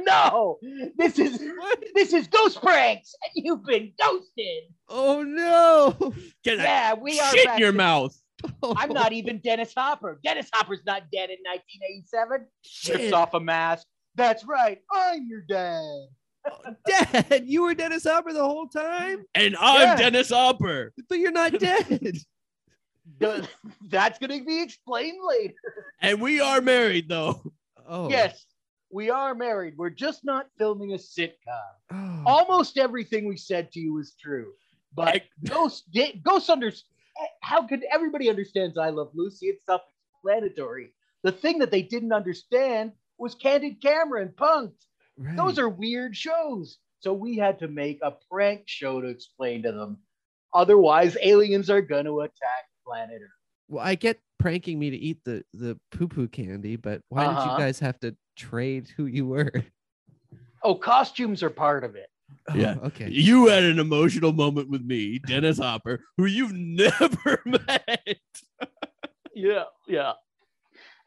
Speaker 4: no, this is
Speaker 1: What?
Speaker 4: this is ghost pranks. and You've been ghosted.
Speaker 1: Oh no!
Speaker 2: Get that
Speaker 4: Yeah, we are.
Speaker 2: shit in
Speaker 4: back
Speaker 2: your
Speaker 4: to-
Speaker 2: mouth.
Speaker 4: I'm not even Dennis Hopper. Dennis Hopper's not dead in 1987.
Speaker 3: Rips off a mask. That's right. I'm your dad.
Speaker 1: dead. You were Dennis Hopper the whole time,
Speaker 2: And I'm
Speaker 3: Yeah.
Speaker 2: Dennis Hopper.
Speaker 1: but you're not dead.
Speaker 3: Th- That's gonna be explained later.
Speaker 2: And we are married though.
Speaker 1: Oh
Speaker 3: Yes, we are married. We're just not filming a sitcom.
Speaker 1: Oh.
Speaker 3: Almost everything we said to you was true, but
Speaker 2: I-
Speaker 3: Ghost did, Ghost under how could everybody understands I Love Lucy? It's self-explanatory. The thing that they didn't understand was Candid Camera and Punked.
Speaker 1: right.
Speaker 3: Those are weird shows. So we had to make a prank show to explain to them. Otherwise, aliens are gonna attack planet Earth.
Speaker 1: Well, I get pranking me to eat the the poo poo candy, but why did you
Speaker 3: Uh-huh.
Speaker 1: guys have to trade who you were?
Speaker 3: Oh, costumes are part of it.
Speaker 1: Oh,
Speaker 2: Yeah.
Speaker 1: okay.
Speaker 2: You had an emotional moment with me, Dennis Hopper, who you've never met.
Speaker 3: Yeah, yeah.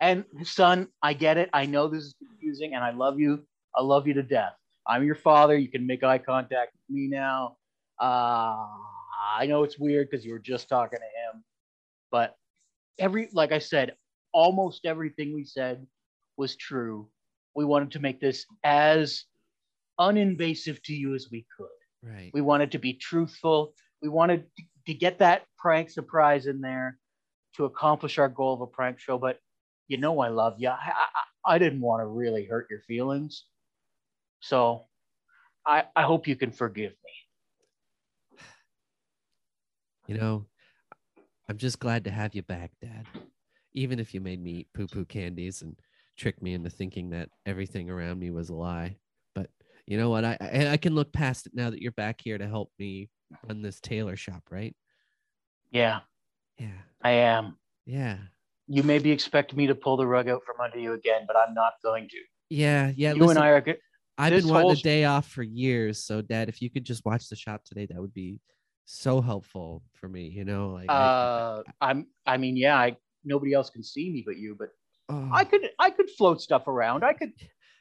Speaker 3: And son, I get it. I know this is confusing, and I love you. I love you to death. I'm your father. You can make eye contact with me now. Uh, I know it's weird because you were just talking to him, but every, like I said, almost everything we said was true. We wanted to make this as uninvasive to you as we could.
Speaker 1: Right.
Speaker 3: We wanted to be truthful. We wanted to get that prank surprise in there to accomplish our goal of a prank show. But you know, I love you. I, I, I didn't want to really hurt your feelings. So I, I hope you can forgive me.
Speaker 1: You know, I'm just glad to have you back, Dad. Even if you made me eat poo poo candies and tricked me into thinking that everything around me was a lie. But you know what? I I, I can look past it now that you're back here to help me run this tailor shop, right?
Speaker 3: Yeah,
Speaker 1: Yeah.
Speaker 3: I am.
Speaker 1: Yeah.
Speaker 3: You maybe expect me to pull the rug out from under you again, but I'm not going to.
Speaker 1: Yeah. Yeah.
Speaker 3: you
Speaker 1: listen,
Speaker 3: and I are good.
Speaker 1: I've
Speaker 3: This
Speaker 1: been wanting
Speaker 3: whole
Speaker 1: a
Speaker 3: sh-
Speaker 1: day off for years. So, Dad, if you could just watch the shop today, that would be so helpful for me. You know, like I-
Speaker 3: Uh, I'm. I mean, yeah. I, nobody else can see me but you. But
Speaker 1: oh,
Speaker 3: I could. I could float stuff around. I could.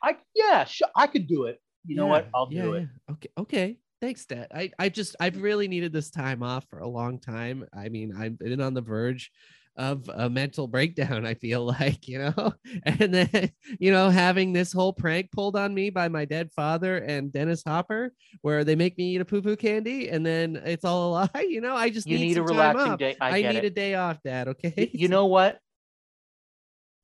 Speaker 3: I yeah. Sh- I could do it. You know what?
Speaker 1: yeah,
Speaker 3: I'll do
Speaker 1: yeah,
Speaker 3: it.
Speaker 1: yeah. Okay, okay. Thanks, Dad. I, I just I've really needed this time off for a long time. I mean, I've been on the verge of a mental breakdown. I feel like you know, and then you know, having this whole prank pulled on me by my dead father and Dennis Hopper, where they make me eat a poo poo candy, and then it's all a lie. You know, I just
Speaker 3: You need a
Speaker 1: some time
Speaker 3: relaxing
Speaker 1: off.
Speaker 3: day. I,
Speaker 1: I,
Speaker 3: get
Speaker 1: need a
Speaker 3: it.
Speaker 1: day off, Dad. Okay.
Speaker 3: Y- You know what?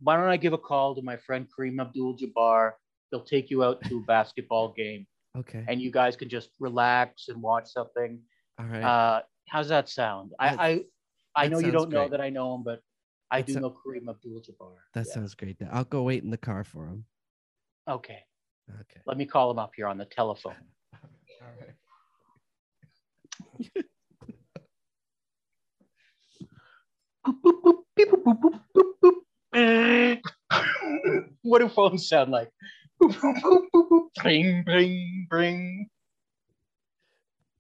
Speaker 3: Why don't I give a call to my friend Kareem Abdul-Jabbar? They'll take you out to a basketball game,
Speaker 1: Okay.
Speaker 3: and you guys can just relax and watch something.
Speaker 1: All right.
Speaker 3: Uh, how's that sound?
Speaker 1: That-
Speaker 3: I I, I
Speaker 1: that
Speaker 3: know you
Speaker 1: sounds
Speaker 3: don't know
Speaker 1: great.
Speaker 3: that I know him, but I
Speaker 1: That
Speaker 3: do
Speaker 1: so-
Speaker 3: know Kareem Abdul-Jabbar.
Speaker 1: that
Speaker 3: Yeah.
Speaker 1: sounds great. Dad. I'll go wait in the car for him.
Speaker 3: Okay,
Speaker 1: Okay.
Speaker 3: let me call him up here on the telephone.
Speaker 1: All right.
Speaker 3: Boop, boop, boop, beep, boop, boop, boop, boop, boop. Eh. what do phones sound like? Boop, boop, boop, boop, boop. Bring, bring, bring.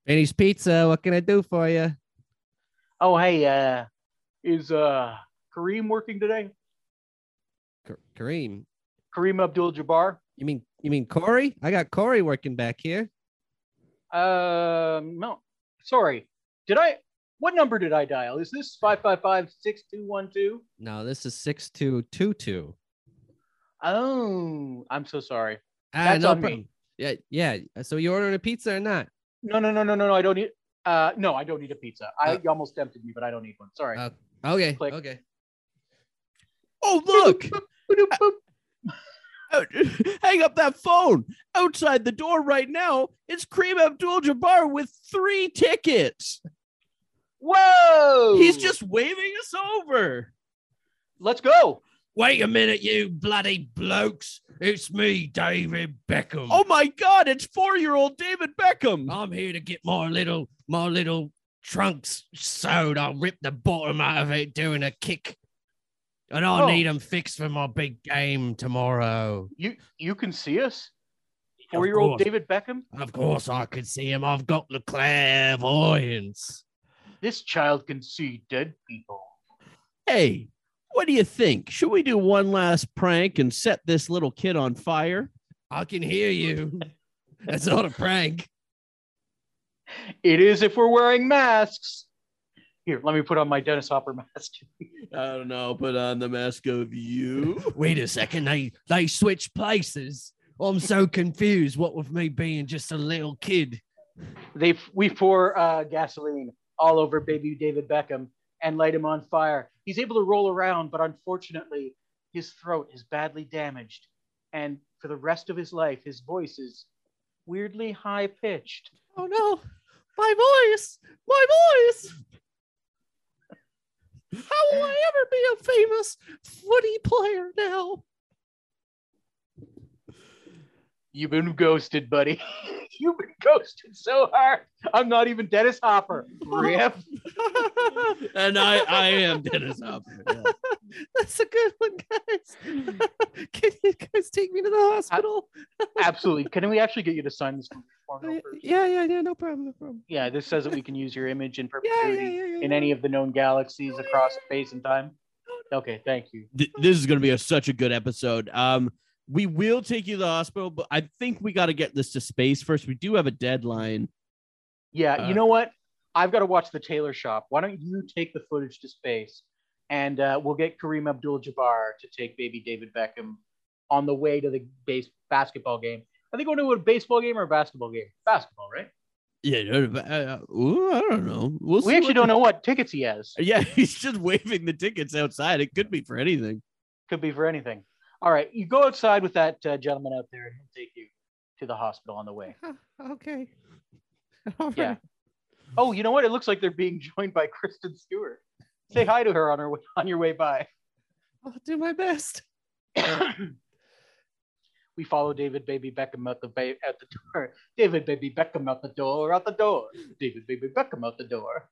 Speaker 1: Benny's Pizza. What can I do for you?
Speaker 3: Oh hey, uh, is uh Kareem working today?
Speaker 1: Ka- Kareem.
Speaker 3: Kareem Abdul-Jabbar.
Speaker 1: You mean you mean Corey? I got Corey working back here.
Speaker 3: Um, no, sorry. Did I? What number did I dial? Is this five five five six two one two?
Speaker 1: No, this is six two two two.
Speaker 3: Oh, I'm so sorry.
Speaker 1: Ah,
Speaker 3: That's
Speaker 1: no
Speaker 3: on me.
Speaker 1: problem. Yeah, yeah. So you ordering a pizza or not?
Speaker 3: No, no, no, no, no, no. I don't need. Uh, no, I don't need a pizza. I
Speaker 1: Uh,
Speaker 3: you almost tempted me, but I don't need one. Sorry.
Speaker 1: Uh, Okay,
Speaker 3: Click.
Speaker 1: okay.
Speaker 2: Oh, look.
Speaker 3: Boop, boop.
Speaker 2: Out- Hang up that phone. Outside the door right now, it's Kareem Abdul Jabbar with three tickets.
Speaker 3: Whoa!
Speaker 5: He's just waving us over.
Speaker 3: Let's go.
Speaker 6: Wait a minute, you bloody blokes. It's me, David Beckham.
Speaker 5: Oh my God, it's four year old David Beckham.
Speaker 6: I'm here to get my little my little trunks sewed. I'll rip the bottom out of it doing a kick. And I'll
Speaker 3: Oh.
Speaker 6: 'em need them fixed for my big game tomorrow.
Speaker 3: You you can see us.
Speaker 6: Of
Speaker 3: Four year old
Speaker 6: course.
Speaker 3: David Beckham.
Speaker 6: Of course, I could see him. I've got the clairvoyance.
Speaker 3: This child can see dead people.
Speaker 5: Hey, what do you think? Should we do one last prank and set this little kid on fire?
Speaker 6: I can hear you. That's not a prank.
Speaker 3: It is if we're wearing masks. Here, let me put on my Dennis Hopper mask.
Speaker 5: I don't know. Put on the mask of you.
Speaker 6: Wait a second, they they switch places. I'm so confused. What with me being just a little kid.
Speaker 3: they we pour uh, gasoline all over baby David Beckham and light him on fire. He's able to roll around, but unfortunately, his throat is badly damaged, and for the rest of his life, his voice is weirdly high pitched.
Speaker 1: Oh no, my voice, my voice. How will I ever be a famous footy player now?
Speaker 3: You've been ghosted, buddy. You've been ghosted so hard. I'm not even Dennis Hopper. Rip.
Speaker 5: and I, I am Dennis Hopper. yeah.
Speaker 1: That's a good one, guys. Can you guys take me to the hospital?
Speaker 3: Absolutely. Can we actually get you to sign this form
Speaker 1: Uh,
Speaker 3: first?
Speaker 1: yeah, yeah, yeah. No problem, no problem.
Speaker 3: Yeah, this says that we can use your image in
Speaker 1: Yeah,
Speaker 3: perpetuity.
Speaker 1: yeah, yeah, yeah.
Speaker 3: in
Speaker 1: yeah.
Speaker 3: any of the known galaxies across space and time? Okay, thank you.
Speaker 5: Th- this is going to be a, such a good episode. Um, we will take you to the hospital, but I think we got to get this to space first. We do have a deadline.
Speaker 3: Yeah,
Speaker 5: Uh,
Speaker 3: you know what? I've got to watch the Taylor Shop. Why don't you take the footage to space, and uh, we'll get Kareem Abdul-Jabbar to take baby David Beckham on the way to the base basketball game. Are they going to a baseball game or a basketball game? Basketball, right?
Speaker 5: Yeah, uh, uh, ooh, I don't know. We'll
Speaker 3: we
Speaker 5: see
Speaker 3: actually
Speaker 5: what-
Speaker 3: don't know what tickets he has.
Speaker 5: Yeah, he's just waving the tickets outside. It could be for anything.
Speaker 3: Could be for anything. All right, you go outside with that uh, gentleman out there, and he'll take you to the hospital on the way.
Speaker 1: Huh, Okay. All
Speaker 3: Yeah.
Speaker 1: right.
Speaker 3: Oh, you know what? It looks like they're being joined by Kristen Stewart. Say hi to her on her on your way by.
Speaker 1: I'll do my best.
Speaker 3: we follow David Baby Beckham out the ba- out the door. David Baby Beckham out the door, out the door. David Baby Beckham out the door.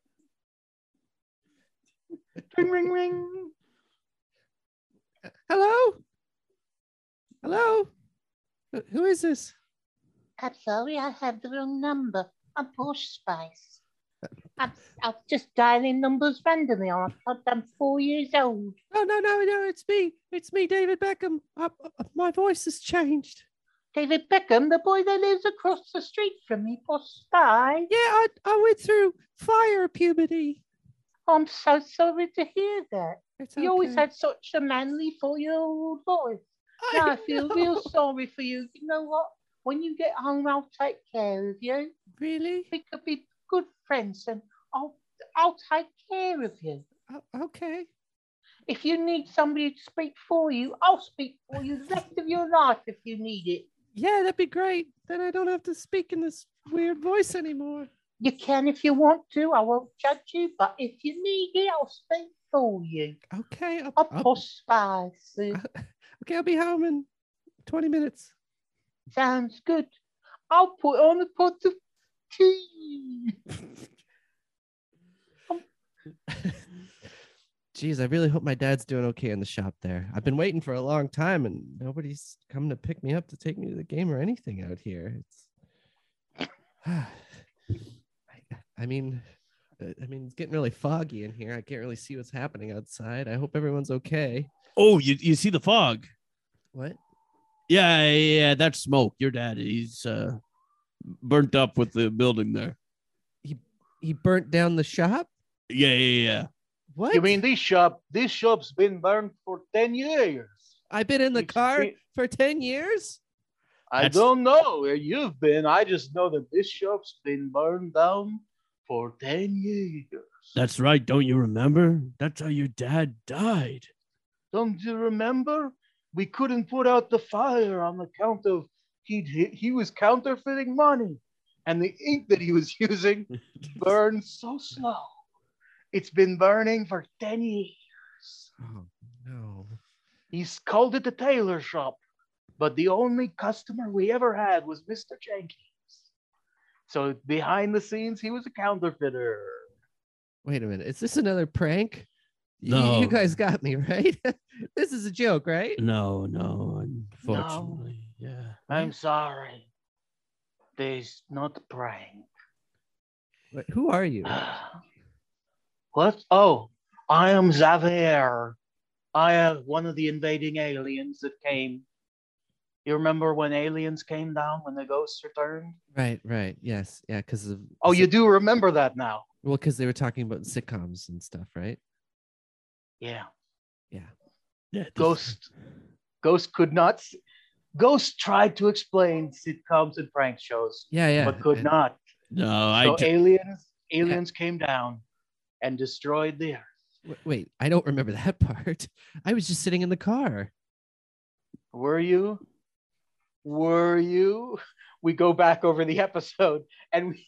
Speaker 3: ring ring ring.
Speaker 1: Hello? Hello? Wh- Who is this?
Speaker 7: I'm sorry, I have the wrong number. I'm Posh Spice. I'm, I'm just dialing numbers randomly. I'm, I'm four years old.
Speaker 1: Oh, no, no, no. It's me. It's me, David Beckham. Uh, uh, my voice has changed.
Speaker 7: David Beckham, the boy that lives across the street from me, Posh Spice.
Speaker 1: Yeah, I, I went through fire puberty.
Speaker 7: I'm so sorry to hear that.
Speaker 1: It's
Speaker 7: You always
Speaker 1: okay.
Speaker 7: had such a manly four-year-old voice.
Speaker 1: I
Speaker 7: Now I feel
Speaker 1: know.
Speaker 7: real sorry for you. You know what? When you get home, I'll take care of you.
Speaker 1: Really?
Speaker 7: We could be good friends, and I'll I'll take care of you.
Speaker 1: Oh, okay.
Speaker 7: If you need somebody to speak for you, I'll speak for you the rest of your life if you need it.
Speaker 1: Yeah, that'd be great. Then I don't have to speak in this weird voice anymore.
Speaker 7: You can if you want to. I won't judge you, but if you need it, I'll speak for you.
Speaker 1: Okay. I'll,
Speaker 7: I'll
Speaker 1: I'll-
Speaker 7: push spicy.
Speaker 1: okay, I'll be home in 20 minutes.
Speaker 7: Sounds good. I'll put on a pot of tea.
Speaker 1: Geez, I really hope my dad's doing okay in the shop there. I've been waiting for a long time and nobody's come to pick me up to take me to the game or anything out here. It's I, I mean uh, I mean it's getting really foggy in here. I can't really see what's happening outside. I hope everyone's okay.
Speaker 5: Oh, you, you see the fog?
Speaker 1: What?
Speaker 5: Yeah, yeah, yeah, that's smoke. Your dad, he's uh, burnt up with the building there.
Speaker 1: He burnt down the shop?
Speaker 5: Yeah, yeah, yeah.
Speaker 1: What?
Speaker 3: You mean this shop? This shop's been burned for ten years.
Speaker 1: I've been in the
Speaker 3: You've
Speaker 1: car
Speaker 3: seen-
Speaker 1: for 10 years?
Speaker 3: I
Speaker 5: That's-
Speaker 3: don't know where you've been. I just know that this shop's been burned down for ten years.
Speaker 5: That's right. Don't you remember? That's how your dad died.
Speaker 3: Don't you remember? We couldn't put out the fire on account of he he was counterfeiting money, and the ink that he was using burned so slow It's been burning for 10 years.
Speaker 1: Oh, no.
Speaker 3: He's called it the tailor shop, but the only customer we ever had was Mr. Jenkins. So behind the scenes, he was a counterfeiter.
Speaker 1: Wait a minute. Is this another prank? You-
Speaker 2: No.
Speaker 1: You, guys got me, right? this is a joke, right?
Speaker 2: No, no, unfortunately. Yeah.
Speaker 3: I'm sorry. There's not a prank.
Speaker 1: Wait, who are you?
Speaker 3: what? Oh, I am Xavier. I am one of the invading aliens that came. You remember when aliens came down when the ghosts returned?
Speaker 1: Right, right. Yes. Yeah, because of
Speaker 3: Oh, you
Speaker 1: sit-
Speaker 3: do remember that now.
Speaker 1: well, because they were talking about sitcoms and stuff, right?
Speaker 3: Yeah.
Speaker 2: yeah this-
Speaker 3: Ghost Ghost could not s- Ghost tried to explain sitcoms and prank shows,
Speaker 1: Yeah, yeah.
Speaker 3: but could
Speaker 1: and-
Speaker 3: not.
Speaker 2: No, I
Speaker 3: So
Speaker 2: d-
Speaker 3: aliens aliens came down and destroyed the earth.
Speaker 1: w- Wait, I don't remember that part. I was just sitting in the car.
Speaker 3: Were you? Were you? We go back over the episode and we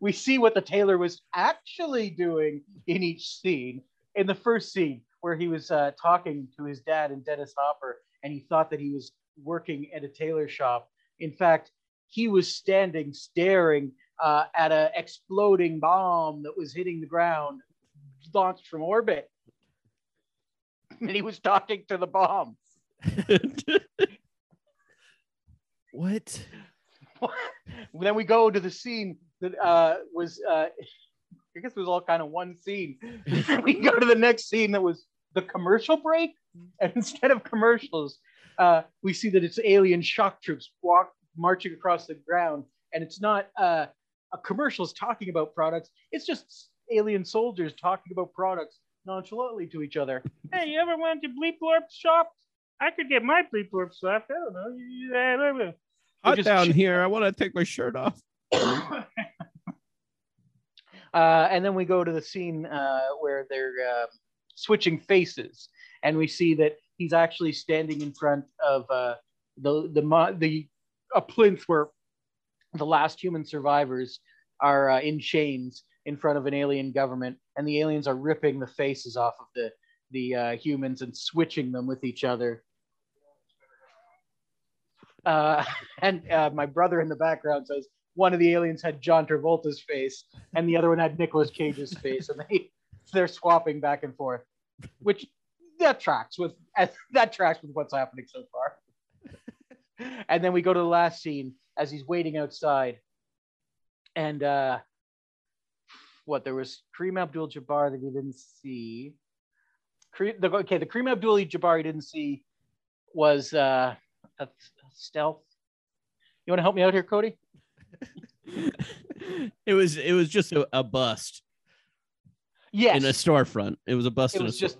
Speaker 3: we see what the tailor was actually doing in each scene. In the first scene, where he was uh, talking to his dad and Dennis Hopper, and he thought that he was working at a tailor shop. In fact, he was standing staring uh, at an exploding bomb that was hitting the ground, launched from orbit. And he was talking to the bomb.
Speaker 1: What?
Speaker 3: then we go to the scene that uh, was uh, I guess it was all kind of one scene. we go to the next scene that was the commercial break, and instead of commercials, uh, we see that it's alien shock troops walk marching across the ground, and it's not uh, a commercials talking about products. It's just alien soldiers talking about products nonchalantly to each other. hey, you ever went to Bleep Blorp shop? I could get my Bleep Blorp shop. I don't know. You- you- I don't know. We're
Speaker 2: hot
Speaker 3: just
Speaker 2: down
Speaker 3: ch-
Speaker 2: here. I want to take my shirt off.
Speaker 3: uh, and then we go to the scene uh, where they're uh, switching faces, and we see that he's actually standing in front of uh, the the mo- the a plinth where the last human survivors are uh, in chains in front of an alien government, and the aliens are ripping the faces off of the the uh, humans and switching them with each other. Uh, and uh, my brother in the background says one of the aliens had John Travolta's face and the other one had Nicolas Cage's face, and they they're swapping back and forth, which that tracks with that tracks with what's happening so far. And then we go to the last scene as he's waiting outside, and uh, what there was Kareem Abdul-Jabbar that he didn't see. Kareem, the, okay, the Kareem Abdul-Jabbar he didn't see was uh, a, a stealth. You want to help me out here, Cody?
Speaker 2: it was it was just a, a bust
Speaker 3: Yes.
Speaker 2: in a storefront. It was a bust
Speaker 3: it
Speaker 2: in a
Speaker 3: was
Speaker 2: store.
Speaker 3: just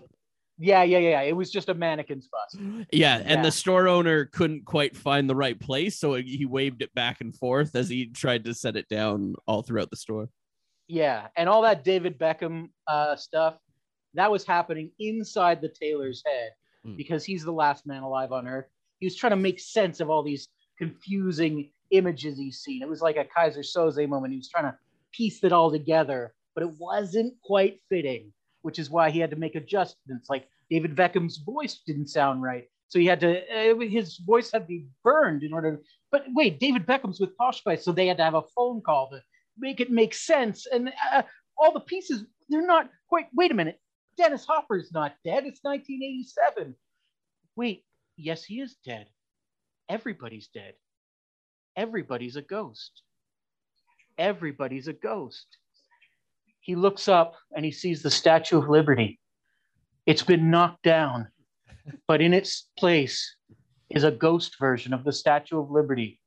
Speaker 3: yeah yeah yeah yeah. it was just a mannequin's bust
Speaker 2: Yeah, and
Speaker 3: Yeah.
Speaker 2: the store owner couldn't quite find the right place, so he waved it back and forth as he tried to set it down all throughout the store.
Speaker 3: yeah and all that david beckham uh, stuff that was happening inside the tailor's head
Speaker 1: Mm.
Speaker 3: because he's the last man alive on earth he was trying to make sense of all these confusing images he's seen it was like a kaiser soze moment he was trying to piece it all together but it wasn't quite fitting which is why he had to make adjustments like david beckham's voice didn't sound right so he had to uh, his voice had to be burned in order but wait david beckham's with posh spice so they had to have a phone call to make it make sense. And uh, all the pieces, they're not quite. Wait a minute. Dennis Hopper's not dead. It's 1987. Wait, yes, he is dead. Everybody's dead. Everybody's a ghost. Everybody's a ghost. He looks up and he sees the Statue of Liberty. It's been knocked down, but in its place is a ghost version of the Statue of Liberty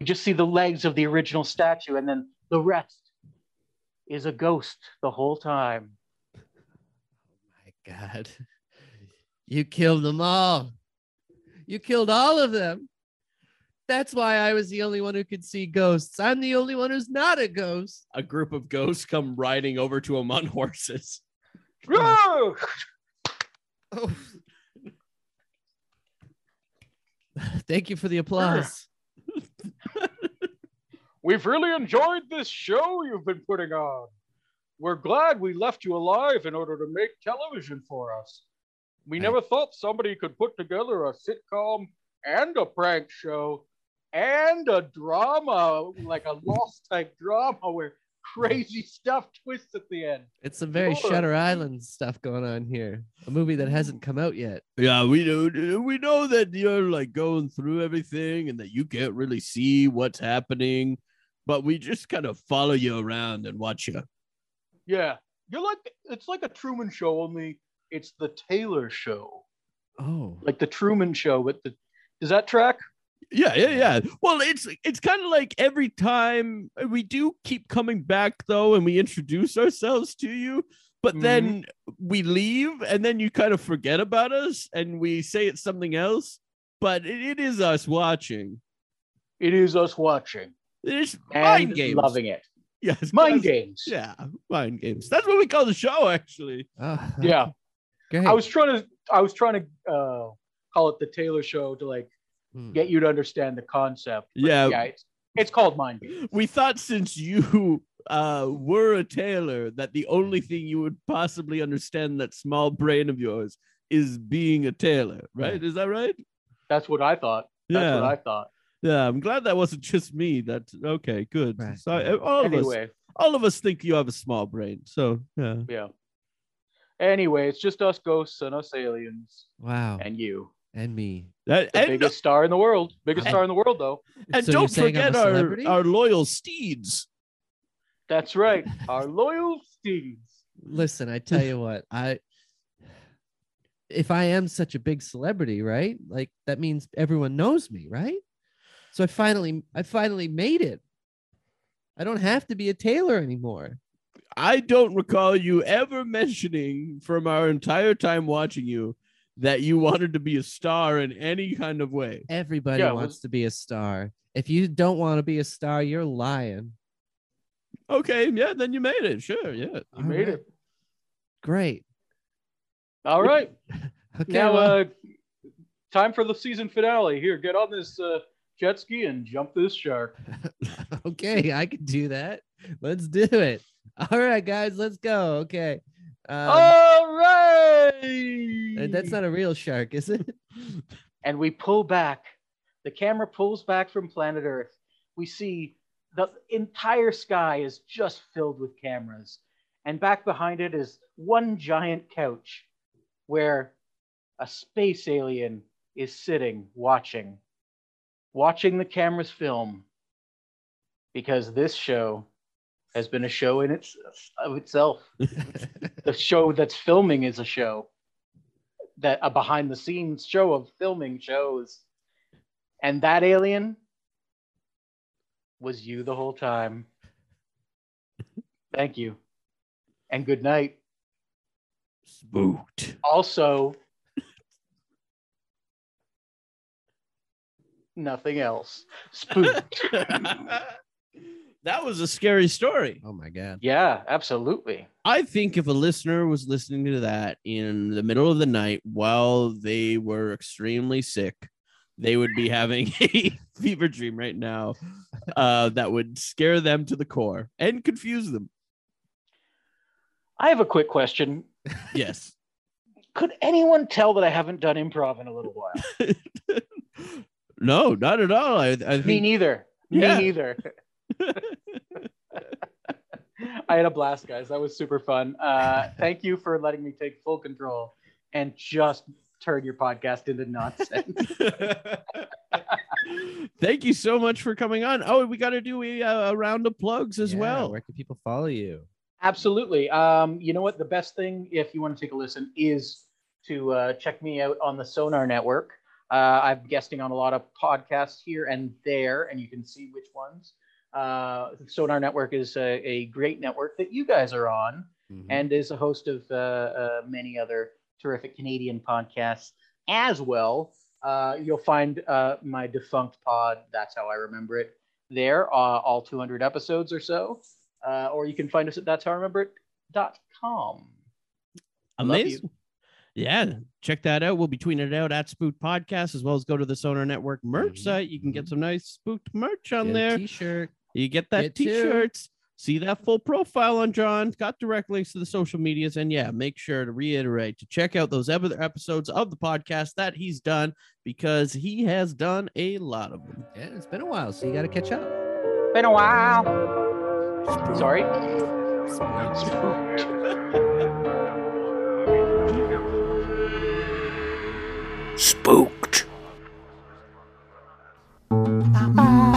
Speaker 3: we just see the legs of the original statue and then the rest is a ghost the whole time
Speaker 1: My God. You killed them all. You killed all of them. That's why I was the only one who could see ghosts. I'm the only one who's not a ghost.
Speaker 2: A group of ghosts come riding over to him on horses.
Speaker 1: Oh. Thank you for the applause.
Speaker 3: we've really enjoyed this show you've been putting on We're glad we left you alive in order to make television for us. We
Speaker 1: I-
Speaker 3: never thought somebody could put together a sitcom and a prank show and a drama, like a lost type drama where crazy stuff twists at the end.
Speaker 1: It's some very
Speaker 3: Sure.
Speaker 1: Shutter Island stuff going on here. A movie that hasn't come out yet.
Speaker 5: Yeah, we know we know that you're like going through everything and that you can't really see what's happening, but we just kind of follow you around and watch you.
Speaker 3: Yeah. You're like it's like a Truman show, only it's the Taylor show.
Speaker 1: Oh,
Speaker 3: Like the Truman show, but the does that track?
Speaker 5: Yeah, yeah, yeah. Well, it's it's kind of like every time we do keep coming back though, and we introduce ourselves to you, but
Speaker 2: Mm-hmm.
Speaker 5: then we leave, and then you kind of forget about us, and we say it's something else, but it, it is us watching.
Speaker 3: It is us watching
Speaker 5: It's
Speaker 3: and
Speaker 5: mind games.
Speaker 3: loving it.
Speaker 5: Yes,
Speaker 3: Mind
Speaker 5: that's-
Speaker 3: games.
Speaker 5: Yeah, mind games. That's what we call the show, actually.
Speaker 1: oh
Speaker 3: Yeah.
Speaker 1: Great.
Speaker 3: I was trying to I was trying to uh, call it the Taylor show to like
Speaker 1: Hmm.
Speaker 3: get you to understand the concept. but
Speaker 5: Yeah.
Speaker 3: Yeah, it's it's called mind games.
Speaker 5: We thought since you uh, were a tailor, that the only thing you would possibly understand that small brain of yours is being a tailor, right? Is that right?
Speaker 3: That's what I thought. That's
Speaker 5: yeah.
Speaker 3: what I thought.
Speaker 5: yeah. I'm glad that wasn't just me. That's okay. Good.
Speaker 1: Right.
Speaker 5: So uh, all of us,
Speaker 3: anyway,
Speaker 5: all of us think you have a small brain. So yeah.
Speaker 3: yeah. Anyway, it's just us ghosts and us aliens
Speaker 1: wow.
Speaker 3: and you.
Speaker 1: And me.
Speaker 5: That-
Speaker 3: The
Speaker 5: and
Speaker 3: biggest star in the world. Biggest
Speaker 1: I'm-
Speaker 3: star in the world, though.
Speaker 5: and
Speaker 1: So you're
Speaker 5: don't
Speaker 1: saying I'm a
Speaker 5: forget our,
Speaker 1: celebrity?
Speaker 5: our loyal steeds.
Speaker 3: That's right. Our loyal steeds.
Speaker 1: Listen, I tell you what, I if I am such a big celebrity, right? Like that means everyone knows me, right? So I finally I finally made it. I don't have to be a tailor anymore.
Speaker 5: I don't recall you ever mentioning from our entire time watching you that you wanted to be a star in any kind of way.
Speaker 1: Everybody
Speaker 3: Yeah, it
Speaker 1: wants
Speaker 3: was-
Speaker 1: to be a star. If you don't want to be a star, you're lying.
Speaker 5: Okay, yeah, then you made it. Sure, yeah.
Speaker 3: You made it.
Speaker 1: Great.
Speaker 3: All right.
Speaker 1: Okay.
Speaker 3: now,
Speaker 1: well,
Speaker 3: uh, time for the season finale. Here, get on this uh, jet ski and jump this shark.
Speaker 1: okay, I can do that. Let's do it. All right, guys, let's go. Okay. Um,
Speaker 3: All right.
Speaker 1: that's not a real shark, is it?
Speaker 3: and we pull back. The camera pulls back from planet Earth. We see the entire sky is just filled with cameras. And back behind it is one giant couch where a space alien is sitting, watching, watching the cameras film. Because this show has been a show in its, of itself. the show that's filming is a show that a behind the scenes show of filming shows and that alien was you the whole time thank you and good night
Speaker 5: Spooked.
Speaker 3: also nothing else spooked
Speaker 5: that was a scary story.
Speaker 1: Oh my god.
Speaker 3: yeah absolutely
Speaker 5: I think if a listener was listening to that in the middle of the night while they were extremely sick, they would be having a fever dream right now uh, that would scare them to the core and confuse them.
Speaker 3: i have a quick question
Speaker 5: Yes.
Speaker 3: could anyone tell that i haven't done improv in a little while
Speaker 5: no, not at all. I, I
Speaker 3: Me
Speaker 5: think
Speaker 3: neither. Me
Speaker 5: Yeah.
Speaker 3: neither. I had a blast, guys. That was super fun. Uh, thank you for letting me take full control and just turn your podcast into nonsense.
Speaker 5: Thank you so much for coming on. Oh, we got to do a, uh, a round of plugs as
Speaker 1: Yeah,
Speaker 5: well.
Speaker 1: Where can people follow you?
Speaker 3: Absolutely. Um, you know what? The best thing, if you want to take a listen, is to uh, check me out on the Sonar Network. Uh, I'm guesting on a lot of podcasts here and there, and you can see which ones. Uh, Sonar Network is a, a great network that you guys are on. and is a host of uh, uh, many other terrific Canadian podcasts as well. Uh, you'll find uh, my defunct pod, that's how I remember it, there, uh, all 200 episodes or so. Uh, or you can find us at that's how I remember it dot com. Love you.
Speaker 5: Amazing. Yeah, check that out. We'll be tweeting it out at Spooked Podcast as well as go to the Sonar Network merch
Speaker 1: Mhm,
Speaker 5: site. You can get
Speaker 1: mhm.
Speaker 5: some nice Spooked merch on
Speaker 1: Get a
Speaker 5: there.
Speaker 1: T-shirt.
Speaker 5: You get that
Speaker 1: Get two.
Speaker 5: t-shirts.
Speaker 2: See that full profile on John. Got direct links to the social medias. And yeah, make sure to reiterate to check out those other episodes of the podcast that he's done because he has done a lot of them.
Speaker 1: Yeah, it's been a while, so you got to catch up.
Speaker 3: Been a while. Sorry.
Speaker 8: This